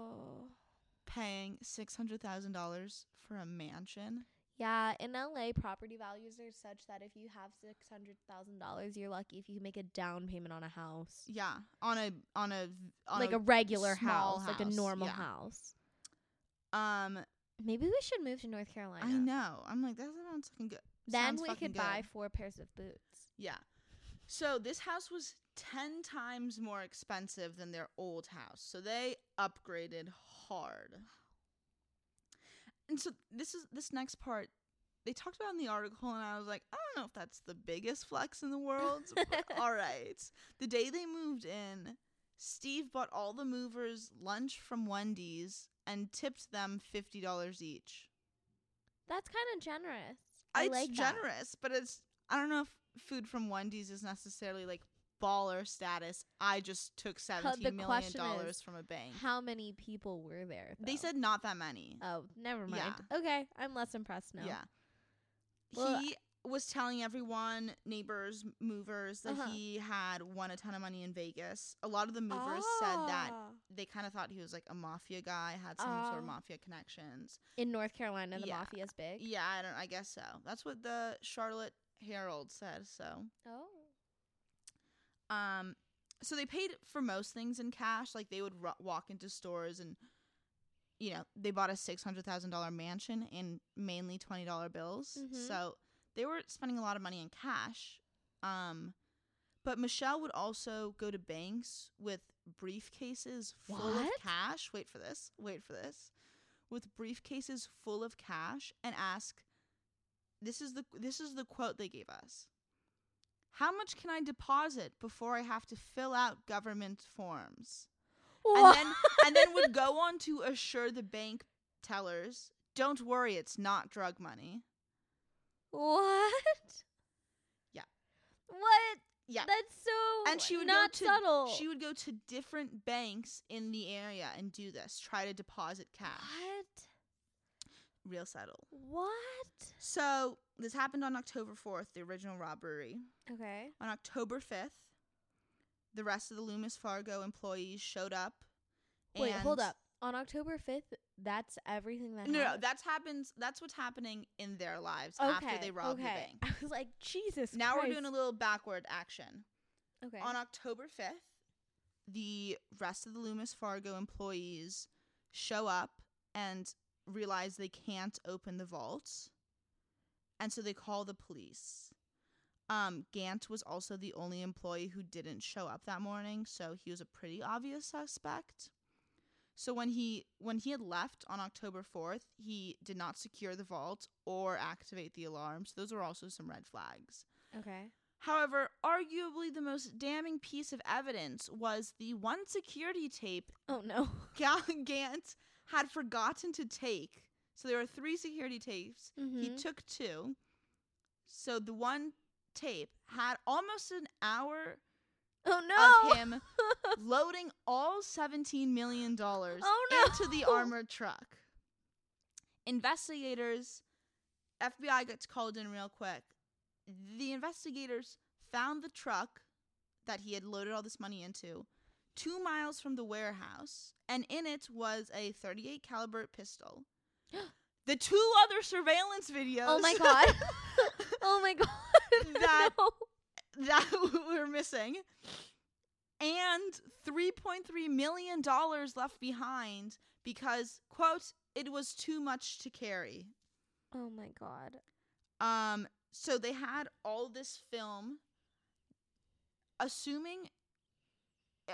Speaker 2: Paying six hundred thousand dollars for a mansion.
Speaker 1: Yeah, in LA, property values are such that if you have six hundred thousand dollars, you're lucky if you can make a down payment on a house,
Speaker 2: Yeah, on a on a on
Speaker 1: like a, regular
Speaker 2: small
Speaker 1: house, like a
Speaker 2: house,
Speaker 1: normal
Speaker 2: yeah.
Speaker 1: house.
Speaker 2: um.
Speaker 1: Maybe we should move to North Carolina.
Speaker 2: I know. I'm like that sounds fucking good.
Speaker 1: Then
Speaker 2: Sounds
Speaker 1: we
Speaker 2: fucking
Speaker 1: could buy
Speaker 2: good.
Speaker 1: four pairs of boots.
Speaker 2: Yeah. So this house was 10 times more expensive than their old house. So they upgraded hard. And so this is this next part they talked about in the article and I was like, I don't know if that's the biggest flex in the world, but all right. The day they moved in, Steve bought all the movers lunch from Wendy's and tipped them $50 each.
Speaker 1: That's kind of generous. I
Speaker 2: it's
Speaker 1: like that.
Speaker 2: generous, but it's I don't know if food from Wendy's is necessarily like baller status. I just took seventeen million
Speaker 1: question
Speaker 2: dollars
Speaker 1: is,
Speaker 2: from a bank.
Speaker 1: How many people were there?
Speaker 2: They
Speaker 1: though?
Speaker 2: said not that many.
Speaker 1: Oh, never
Speaker 2: Yeah.
Speaker 1: mind. Okay, I'm less impressed now.
Speaker 2: Yeah.
Speaker 1: Well,
Speaker 2: he was telling everyone, neighbors, movers, that
Speaker 1: Uh-huh.
Speaker 2: he had won a ton of money in Vegas. A lot of the movers said that they kind of thought he was like a mafia guy, had some sort of
Speaker 1: Ah.
Speaker 2: mafia connections.
Speaker 1: in North Carolina the
Speaker 2: Yeah.
Speaker 1: mafia's big.
Speaker 2: Yeah, I don't. I guess so. That's what the Charlotte Herald said. So
Speaker 1: Oh,
Speaker 2: Um, so they paid for most things in cash. Like they would ru walk into stores and, you know, they bought a six hundred thousand dollar mansion in mainly twenty dollar bills.
Speaker 1: Mhm.
Speaker 2: So they were spending a lot of money in cash. Um, but Michelle would also go to banks with briefcases full
Speaker 1: What?
Speaker 2: of cash. Wait for this. Wait for this. With briefcases full of cash and ask. This is the this is the quote they gave us. How much can I deposit before I have to fill out government forms? And then and then would go on to assure the bank tellers, don't worry, it's not drug money.
Speaker 1: what?
Speaker 2: Yeah.
Speaker 1: What?
Speaker 2: Yeah.
Speaker 1: That's so
Speaker 2: and she would
Speaker 1: not
Speaker 2: go to
Speaker 1: subtle.
Speaker 2: she would go to different banks in the area and do this, try to deposit cash.
Speaker 1: What?
Speaker 2: Real subtle.
Speaker 1: What?
Speaker 2: So this happened on October fourth, the original robbery.
Speaker 1: Okay.
Speaker 2: On October fifth, the rest of the Loomis Fargo employees showed up.
Speaker 1: Wait, hold
Speaker 2: and-
Speaker 1: up. On October 5th, that's everything that
Speaker 2: No, no,
Speaker 1: happened?
Speaker 2: that's happens. That's what's happening in their lives after they rob
Speaker 1: okay.
Speaker 2: the bank.
Speaker 1: I was like, Jesus
Speaker 2: Now
Speaker 1: Christ.
Speaker 2: we're doing a little backward action.
Speaker 1: Okay.
Speaker 2: On October fifth, the rest of the Loomis Fargo employees show up and realize they can't open the vault, and so they call the police. Um, Gant was also the only employee who didn't show up that morning, so he was a pretty obvious suspect. So when he when he had left on October 4th, he did not secure the vault or activate the alarms. Those are also some red flags.
Speaker 1: okay.
Speaker 2: However, arguably the most damning piece of evidence was the one security tape
Speaker 1: Oh, no.
Speaker 2: Gallagant had forgotten to take. So there were three security tapes. He
Speaker 1: Mhm.
Speaker 2: took two. So the one tape had almost an hour
Speaker 1: Oh, no.
Speaker 2: of him loading all $17 million
Speaker 1: Oh, no.
Speaker 2: into the armored truck. Investigators, FBI gets called in real quick. The investigators found the truck that he had loaded all this money into two miles from the warehouse, and in it was a 38 caliber pistol. the two other surveillance videos.
Speaker 1: Oh, my God. oh, my God.
Speaker 2: That-
Speaker 1: no.
Speaker 2: that we're missing and 3.3 million dollars left behind because quote it was too much to carry
Speaker 1: Oh, my God.
Speaker 2: um so they had all this film assuming uh,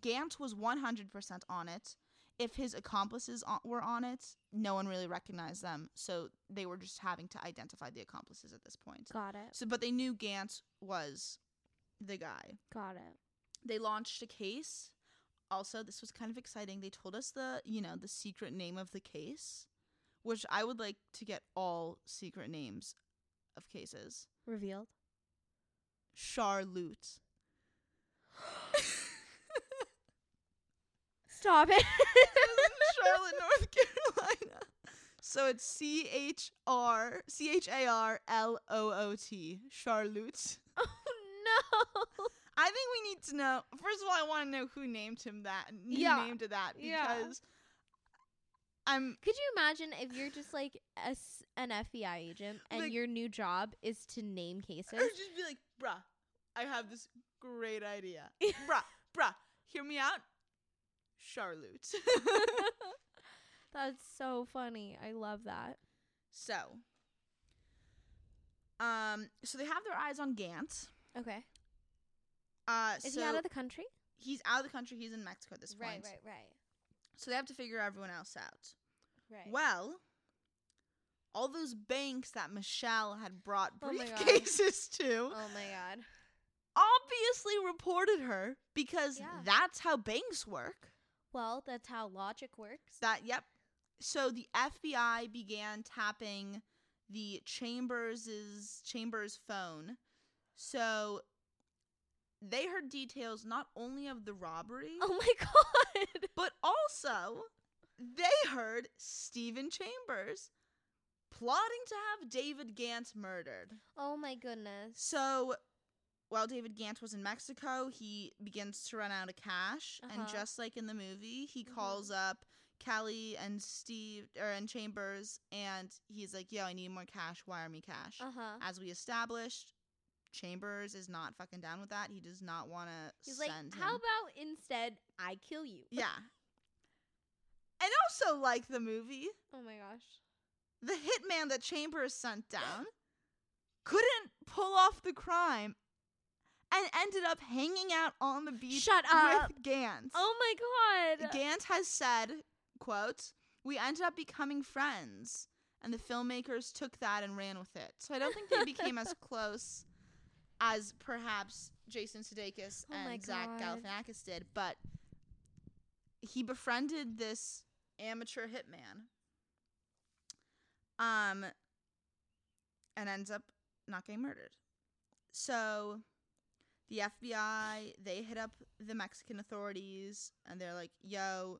Speaker 2: Gant was 100% on it if his accomplices on, were on it no one really recognized them so they were just having to identify the accomplices at this point
Speaker 1: Got it.
Speaker 2: so but they knew Gant was the guy
Speaker 1: Got it.
Speaker 2: they launched a case. Also, this was kind of exciting. They told us the, you know, the secret name of the case, which I would like to get all secret names of cases.
Speaker 1: Revealed.
Speaker 2: Charlotte.
Speaker 1: Stop it.
Speaker 2: Charlotte, North Carolina. So it's C H R C H A R L O O T. Charlotte.
Speaker 1: oh no.
Speaker 2: I think we need to know. First of all, I want to know who named him that. and Who
Speaker 1: Yeah.
Speaker 2: named it that because
Speaker 1: Yeah.
Speaker 2: I'm
Speaker 1: Could you imagine if you're just like a s an FBI agent and
Speaker 2: Like-
Speaker 1: your new job is to name
Speaker 2: I
Speaker 1: cases?
Speaker 2: would just be like, bruh, I have this great idea. bruh, bruh, hear me out. Charlotte.
Speaker 1: That's so funny. I love that.
Speaker 2: so, um, so they have their eyes on Gant.
Speaker 1: Okay.
Speaker 2: Uh,
Speaker 1: Is
Speaker 2: so
Speaker 1: he out of the country?
Speaker 2: he's out of the country. He's in Mexico at this point.
Speaker 1: right,
Speaker 2: So they have to figure everyone else out.
Speaker 1: right.
Speaker 2: Well, all those banks that Michelle had brought
Speaker 1: Oh my God.
Speaker 2: briefcases to
Speaker 1: Oh my god.
Speaker 2: obviously reported her because
Speaker 1: Yeah.
Speaker 2: that's how banks work.
Speaker 1: Well, that's how logic works.
Speaker 2: That yep. So the FBI began tapping the Chambers' Chambers phone. So they heard details not only of the robbery,
Speaker 1: Oh my god.
Speaker 2: but also they heard Stephen Chambers plotting to have David Gant murdered.
Speaker 1: Oh my goodness.
Speaker 2: So while David Gant was in Mexico, he begins to run out of cash, and
Speaker 1: Uh-huh.
Speaker 2: just like in the movie, he
Speaker 1: Mhm.
Speaker 2: calls up Kelly and Steve or and Chambers, and he's like, "Yo, I need more cash. Wire me cash."
Speaker 1: Uh huh.
Speaker 2: As we established, Chambers is not fucking down with that. He does not want to
Speaker 1: He's
Speaker 2: send
Speaker 1: like,
Speaker 2: him.
Speaker 1: how about instead I kill you?
Speaker 2: yeah. And also, like the movie,
Speaker 1: Oh my gosh.
Speaker 2: the hitman that Chambers sent down couldn't pull off the crime and ended up hanging out on the beach
Speaker 1: Shut up.
Speaker 2: with Gant.
Speaker 1: Oh my god.
Speaker 2: Gant has said, quote, We ended up becoming friends. And the filmmakers took that and ran with it. So I don't think they became as close as perhaps Jason Sudeikis
Speaker 1: Oh my
Speaker 2: and Zach
Speaker 1: God.
Speaker 2: Galifianakis did, but he befriended this amateur hitman. Um, and ends up not getting murdered. So the FBI, they hit up the Mexican authorities and they're like, yo,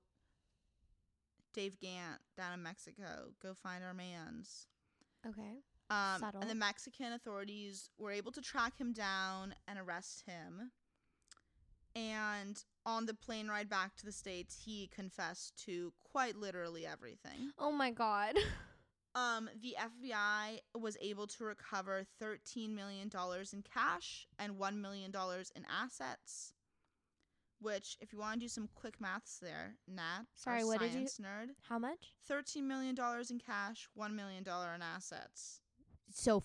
Speaker 2: Dave Gant down in Mexico, go find our man's.
Speaker 1: okay.
Speaker 2: Um,
Speaker 1: Subtle.
Speaker 2: and the Mexican authorities were able to track him down and arrest him. And on the plane ride back to the States, he confessed to quite literally everything.
Speaker 1: Oh my god.
Speaker 2: Um, the FBI was able to recover $13 million in cash and $1 million in assets. Which, if you want to do some quick maths there, Nat,
Speaker 1: Sorry,
Speaker 2: our
Speaker 1: what did you-
Speaker 2: science nerd,
Speaker 1: How much?
Speaker 2: $13 million in cash, $1 million in assets.
Speaker 1: So f-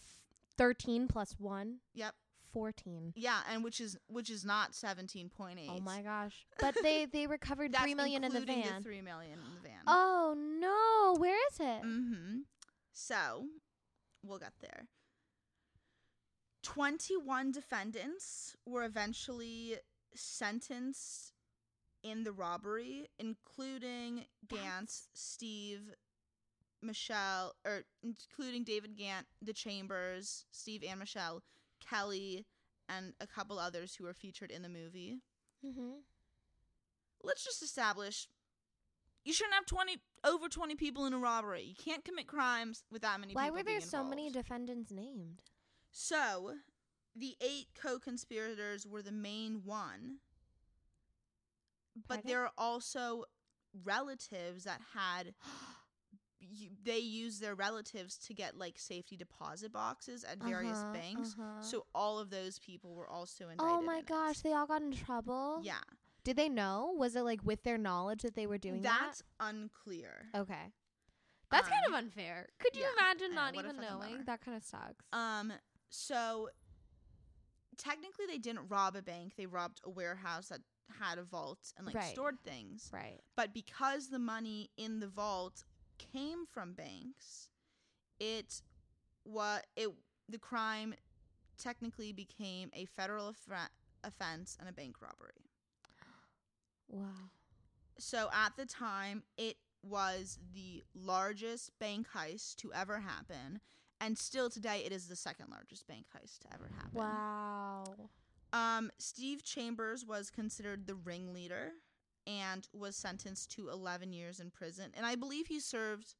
Speaker 1: 13 plus 1,
Speaker 2: Yep.
Speaker 1: 14.
Speaker 2: Yeah, and which is which is not seventeen point eight.
Speaker 1: Oh my gosh. But they they recovered 3 million in the van.
Speaker 2: three million in the van.
Speaker 1: Oh no, where is it?
Speaker 2: Mm-hmm. So, we'll get there. Twenty-one defendants were eventually sentenced in the robbery, including Gant,
Speaker 1: That's-
Speaker 2: Steve, Michelle, or including David Gant, the Chambers, Steve and Michelle, Kelly, and a couple others who were featured in the movie.
Speaker 1: Mm-hmm.
Speaker 2: let's just establish you shouldn't have 20 over 20 people in a robbery you can't commit crimes with that many
Speaker 1: Why
Speaker 2: people
Speaker 1: were there
Speaker 2: being
Speaker 1: so many
Speaker 2: involved.
Speaker 1: defendants named?
Speaker 2: so the eight co-conspirators were the main one but
Speaker 1: Pardon?
Speaker 2: there are also relatives that had you, they used their relatives to get like safety deposit boxes at various
Speaker 1: Uh-huh,
Speaker 2: banks
Speaker 1: uh-huh.
Speaker 2: so all of those people were also indicted
Speaker 1: Oh my
Speaker 2: in it.
Speaker 1: gosh, they all got in trouble.
Speaker 2: yeah
Speaker 1: Did they know? Was it like with their knowledge that they were doing
Speaker 2: that's unclear
Speaker 1: that? Okay. That's kind
Speaker 2: Um,
Speaker 1: of unfair. Could you
Speaker 2: yeah, I
Speaker 1: imagine
Speaker 2: know,
Speaker 1: not
Speaker 2: what a
Speaker 1: even
Speaker 2: fucking
Speaker 1: knowing?
Speaker 2: bummer.
Speaker 1: That kind of sucks.
Speaker 2: Um, so technically they didn't rob a bank. They robbed a warehouse that had a vault and like
Speaker 1: Right.
Speaker 2: stored things.
Speaker 1: right.
Speaker 2: But because the money in the vault came from banks, it what it the crime technically became a federal offre- offense and a bank robbery.
Speaker 1: Wow.
Speaker 2: So at the time, it was the largest bank heist to ever happen and still today it is the second largest bank heist to ever happen.
Speaker 1: Wow.
Speaker 2: Um, Steve Chambers was considered the ringleader and was sentenced to 11 years in prison. And I believe he served.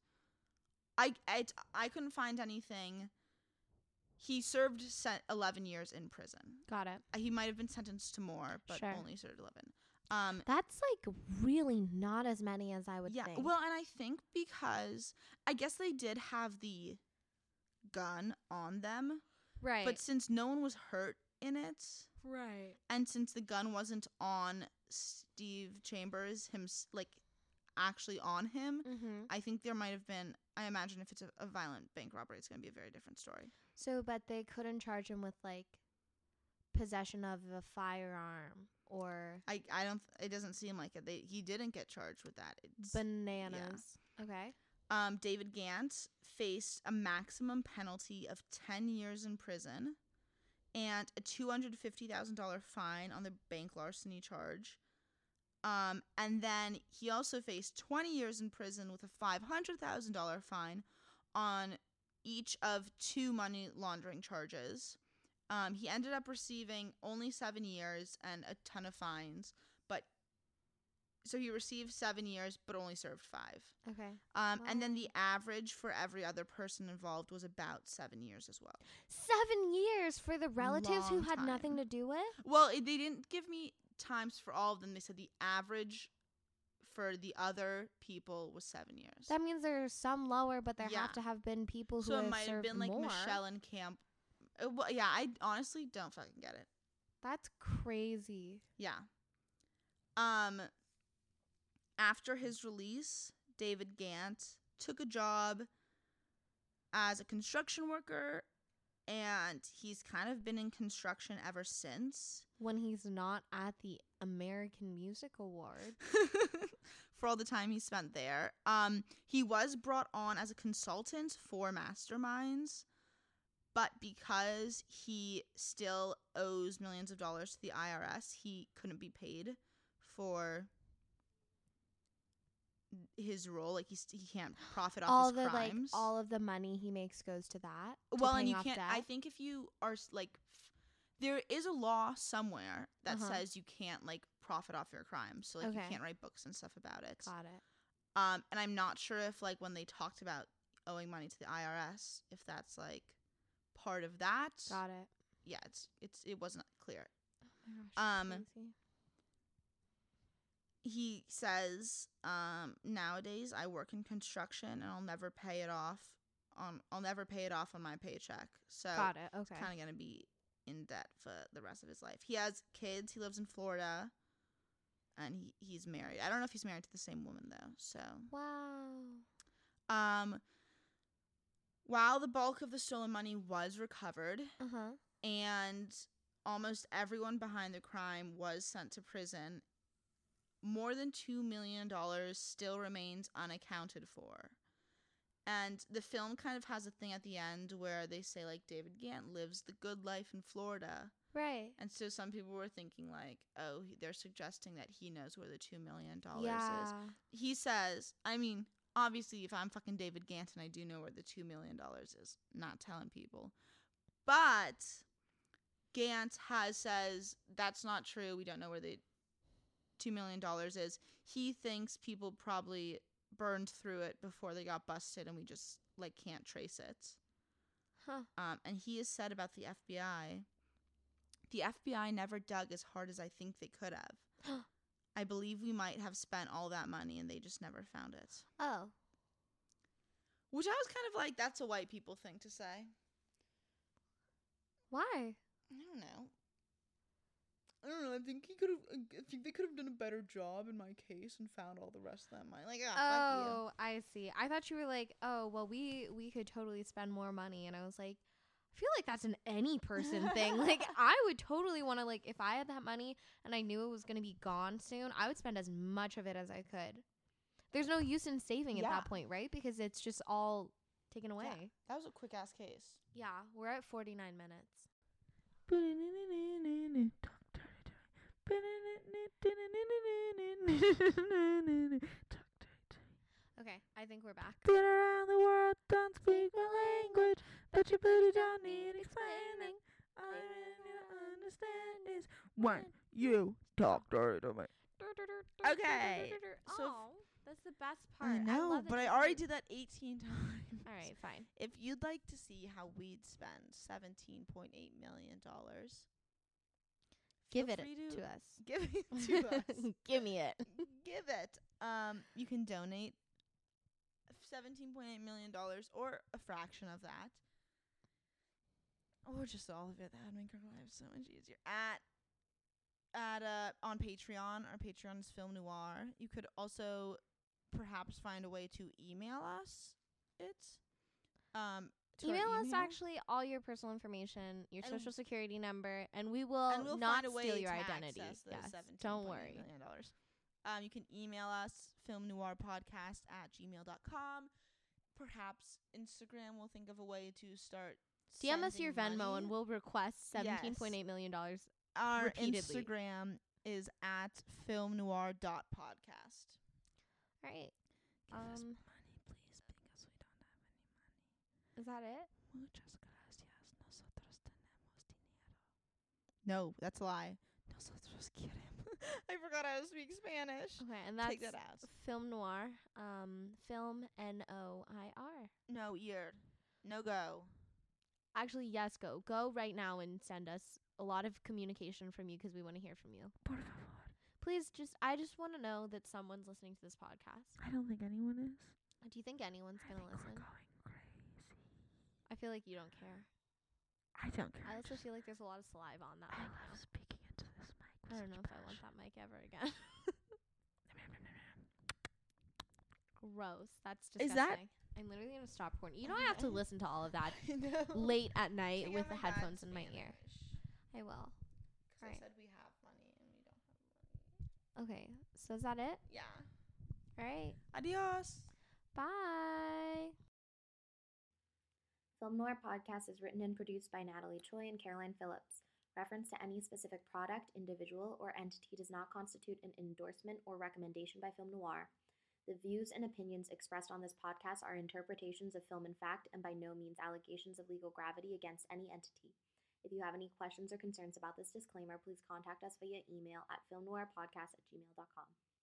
Speaker 2: I I, I couldn't find anything. He served sen- 11 years in prison.
Speaker 1: Got it.
Speaker 2: Uh, He might have been sentenced to more, but
Speaker 1: Sure.
Speaker 2: only served 11. Um,
Speaker 1: That's like really not as many as I would
Speaker 2: yeah.
Speaker 1: think.
Speaker 2: Well, and I think because I guess they did have the gun on them,
Speaker 1: right.
Speaker 2: but since no one was hurt in it,
Speaker 1: right.
Speaker 2: and since the gun wasn't on Steve Chambers, him like actually on him,
Speaker 1: Mm-hmm.
Speaker 2: I think there might have been. I imagine if it's a, a violent bank robbery, it's going to be a very different story.
Speaker 1: So, but they couldn't charge him with like possession of a firearm or
Speaker 2: I I don't. It doesn't seem like it. They, he didn't get charged with that. It's,
Speaker 1: bananas. Okay.
Speaker 2: um, David Gant faced a maximum penalty of ten years in prison, and a two hundred fifty thousand dollar fine on the bank larceny charge. Um, and then he also faced 20 years in prison with a $500,000 fine on each of two money laundering charges. Um, he ended up receiving only seven years and a ton of fines, but so he received seven years but only served five.
Speaker 1: Okay.
Speaker 2: Um, And then
Speaker 1: Wow.
Speaker 2: the average for every other person involved was about seven years as well.
Speaker 1: Seven years for the relatives who
Speaker 2: Long
Speaker 1: had nothing
Speaker 2: time.
Speaker 1: to do with.
Speaker 2: Well, it, they didn't give me times for all of them. They said the average for the other people was seven years.
Speaker 1: That means there are some lower, but there
Speaker 2: Yeah.
Speaker 1: have to have been people who
Speaker 2: so it
Speaker 1: have
Speaker 2: might have
Speaker 1: served
Speaker 2: been like
Speaker 1: more.
Speaker 2: Michelle and Camp. Uh, well, yeah, I honestly don't fucking get it.
Speaker 1: That's crazy.
Speaker 2: Yeah. Um. After his release, David Gant took a job as a construction worker, and he's kind of been in construction ever since.
Speaker 1: When he's not at the American Music Award.
Speaker 2: for all the time he spent there. Um, he was brought on as a consultant for masterminds, but because he still owes millions of dollars to the IRS, he couldn't be paid for his role. Like he's, he can't profit off
Speaker 1: all
Speaker 2: his
Speaker 1: the like
Speaker 2: crimes.
Speaker 1: all of the money he makes goes to that. to
Speaker 2: well, and
Speaker 1: paying
Speaker 2: you
Speaker 1: off
Speaker 2: can't. I
Speaker 1: debt.
Speaker 2: think if you are s- like. f- There is a law somewhere that
Speaker 1: Uh-huh.
Speaker 2: says you can't like profit off your crimes, so like you
Speaker 1: Okay.
Speaker 2: can't write books and stuff about it.
Speaker 1: got it.
Speaker 2: Um, and I'm not sure if like when they talked about owing money to the IRS, if that's like part of that.
Speaker 1: Got it.
Speaker 2: Yeah, it's it's it wasn't clear.
Speaker 1: Oh my gosh, that's
Speaker 2: Um,
Speaker 1: crazy.
Speaker 2: He says, um, nowadays I work in construction and I'll never pay it off on I'll never pay it off on my paycheck. So
Speaker 1: got it. Okay.
Speaker 2: kind of gonna be in debt for the rest of his life. He has kids. He lives in Florida, and he, he's married. I don't know if he's married to the same woman though. So
Speaker 1: wow.
Speaker 2: Um, while the bulk of the stolen money was recovered
Speaker 1: Uh huh.
Speaker 2: and almost everyone behind the crime was sent to prison, more than $2 million still remains unaccounted for. And the film kind of has a thing at the end where they say, like, David Gant lives the good life in Florida.
Speaker 1: Right.
Speaker 2: And so some people were thinking, like, oh, he- they're suggesting that he knows where the $2 million
Speaker 1: yeah.
Speaker 2: is he says, I mean, obviously, if I'm fucking David Ganton, I do know where the $2 million is. Not telling people. But Gant has says, that's not true. We don't know where the $2 million is. He thinks people probably burned through it before they got busted and we just, like, can't trace it.
Speaker 1: Huh.
Speaker 2: Um, and he has said about the FBI, the FBI never dug as hard as I think they could have. I believe we might have spent all that money and they just never found it.
Speaker 1: Oh.
Speaker 2: Which I was kind of like, that's a white people thing to say.
Speaker 1: Why?
Speaker 2: I don't know. I don't know. I think he could have. I think they could have done a better job in my case and found all the rest of that money. Like, ah, fuck you.
Speaker 1: Oh, I see. I thought you were like, oh, well, we we could totally spend more money, and I was like, I feel like that's an any person thing. Like, I would totally want to like if I had that money and I knew it was gonna be gone soon, I would spend as much of it as I could. There's no use in saving at
Speaker 2: Yeah.
Speaker 1: that point, right? Because it's just all taken away.
Speaker 2: That was a quick ass case.
Speaker 1: Yeah, we're at 49 minutes. Okay, I think we're back.
Speaker 2: Been around the world, don't speak my language, but your booty don't need explaining. All I really understand is when you talk dirty to me. Okay, so if-
Speaker 1: Oh, that's the best part. love that
Speaker 2: but I
Speaker 1: you
Speaker 2: already
Speaker 1: do-
Speaker 2: did that 18 times.
Speaker 1: All right, fine.
Speaker 2: If you'd like to see how we'd spend 17.8 million dollars,
Speaker 1: Give it
Speaker 2: free to-
Speaker 1: to us.
Speaker 2: give it to us.
Speaker 1: Give me it.
Speaker 2: give it. Um, you can donate seventeen point eight million dollars or a fraction of that, or just all of it. That would make our lives so much easier. At at uh on Patreon, our Patreon is Film Noir. You could also perhaps find a way to email us it. Um, to our
Speaker 1: Email us
Speaker 2: email.
Speaker 1: actually all your personal information, your
Speaker 2: And-
Speaker 1: social security number, and we will
Speaker 2: and we'll
Speaker 1: Um, not
Speaker 2: find a way
Speaker 1: steal your
Speaker 2: to
Speaker 1: identity.
Speaker 2: access those
Speaker 1: Yes,
Speaker 2: $17.8
Speaker 1: don't worry.
Speaker 2: million dollars. Um, you can email us filmnoirpodcast at gmail dot com. Perhaps Instagram will think of a way to start.
Speaker 1: DM us your
Speaker 2: sending
Speaker 1: Venmo,
Speaker 2: money.
Speaker 1: and we'll request seventeen point eight
Speaker 2: Yes.
Speaker 1: million dollars.
Speaker 2: Our
Speaker 1: repeatedly.
Speaker 2: Instagram is at filmnoir.podcast.
Speaker 1: All right,
Speaker 2: Give us
Speaker 1: Um,
Speaker 2: money, please, because we don't have any money.
Speaker 1: is that it?
Speaker 2: Muchas gracias. Nosotros tenemos dinero. No, that's a lie. Nosotros queremos. I forgot how to speak Spanish.
Speaker 1: Okay, and that's
Speaker 2: Take that out.
Speaker 1: film noir. Um, film N O I R.
Speaker 2: No ear. No go.
Speaker 1: Actually, yes, go go right now and send us a lot of communication from you 'cause we want to hear from you.
Speaker 2: Por favor.
Speaker 1: Please, just I just want to know that someone's listening to this podcast.
Speaker 2: I don't think anyone is.
Speaker 1: Do you think anyone's gonna listen?
Speaker 2: going crazy.
Speaker 1: I feel like you don't care.
Speaker 2: I don't care.
Speaker 1: I also feel like there's a lot of saliva on that. mic now.
Speaker 2: speaking into this mic.
Speaker 1: I don't know if I want that mic ever again. Gross. That's
Speaker 2: Is
Speaker 1: disgusting.
Speaker 2: that-
Speaker 1: I'm literally gonna stop recording. You know I have to
Speaker 2: Okay. Oh
Speaker 1: listen to all of that
Speaker 2: I know.
Speaker 1: late at night
Speaker 2: Think I
Speaker 1: with the
Speaker 2: forgot
Speaker 1: headphones in my ear.
Speaker 2: Spanish,
Speaker 1: I will.
Speaker 2: 'cause I
Speaker 1: Alright.
Speaker 2: said we have money and we don't have
Speaker 1: Okay. So is that it?
Speaker 2: money. Yeah.
Speaker 1: All right.
Speaker 2: Adios.
Speaker 1: Bye.
Speaker 3: Film Noir podcast is written and produced by Natalie Choi and Caroline Phillips. Reference to any specific product, individual, or entity does not constitute an endorsement or recommendation by Film Noir. The views and opinions expressed on this podcast are interpretations of film and fact and by no means allegations of legal gravity against any entity. If you have any questions or concerns about this disclaimer, please contact us via email at filmnoirpodcast at gmail.com.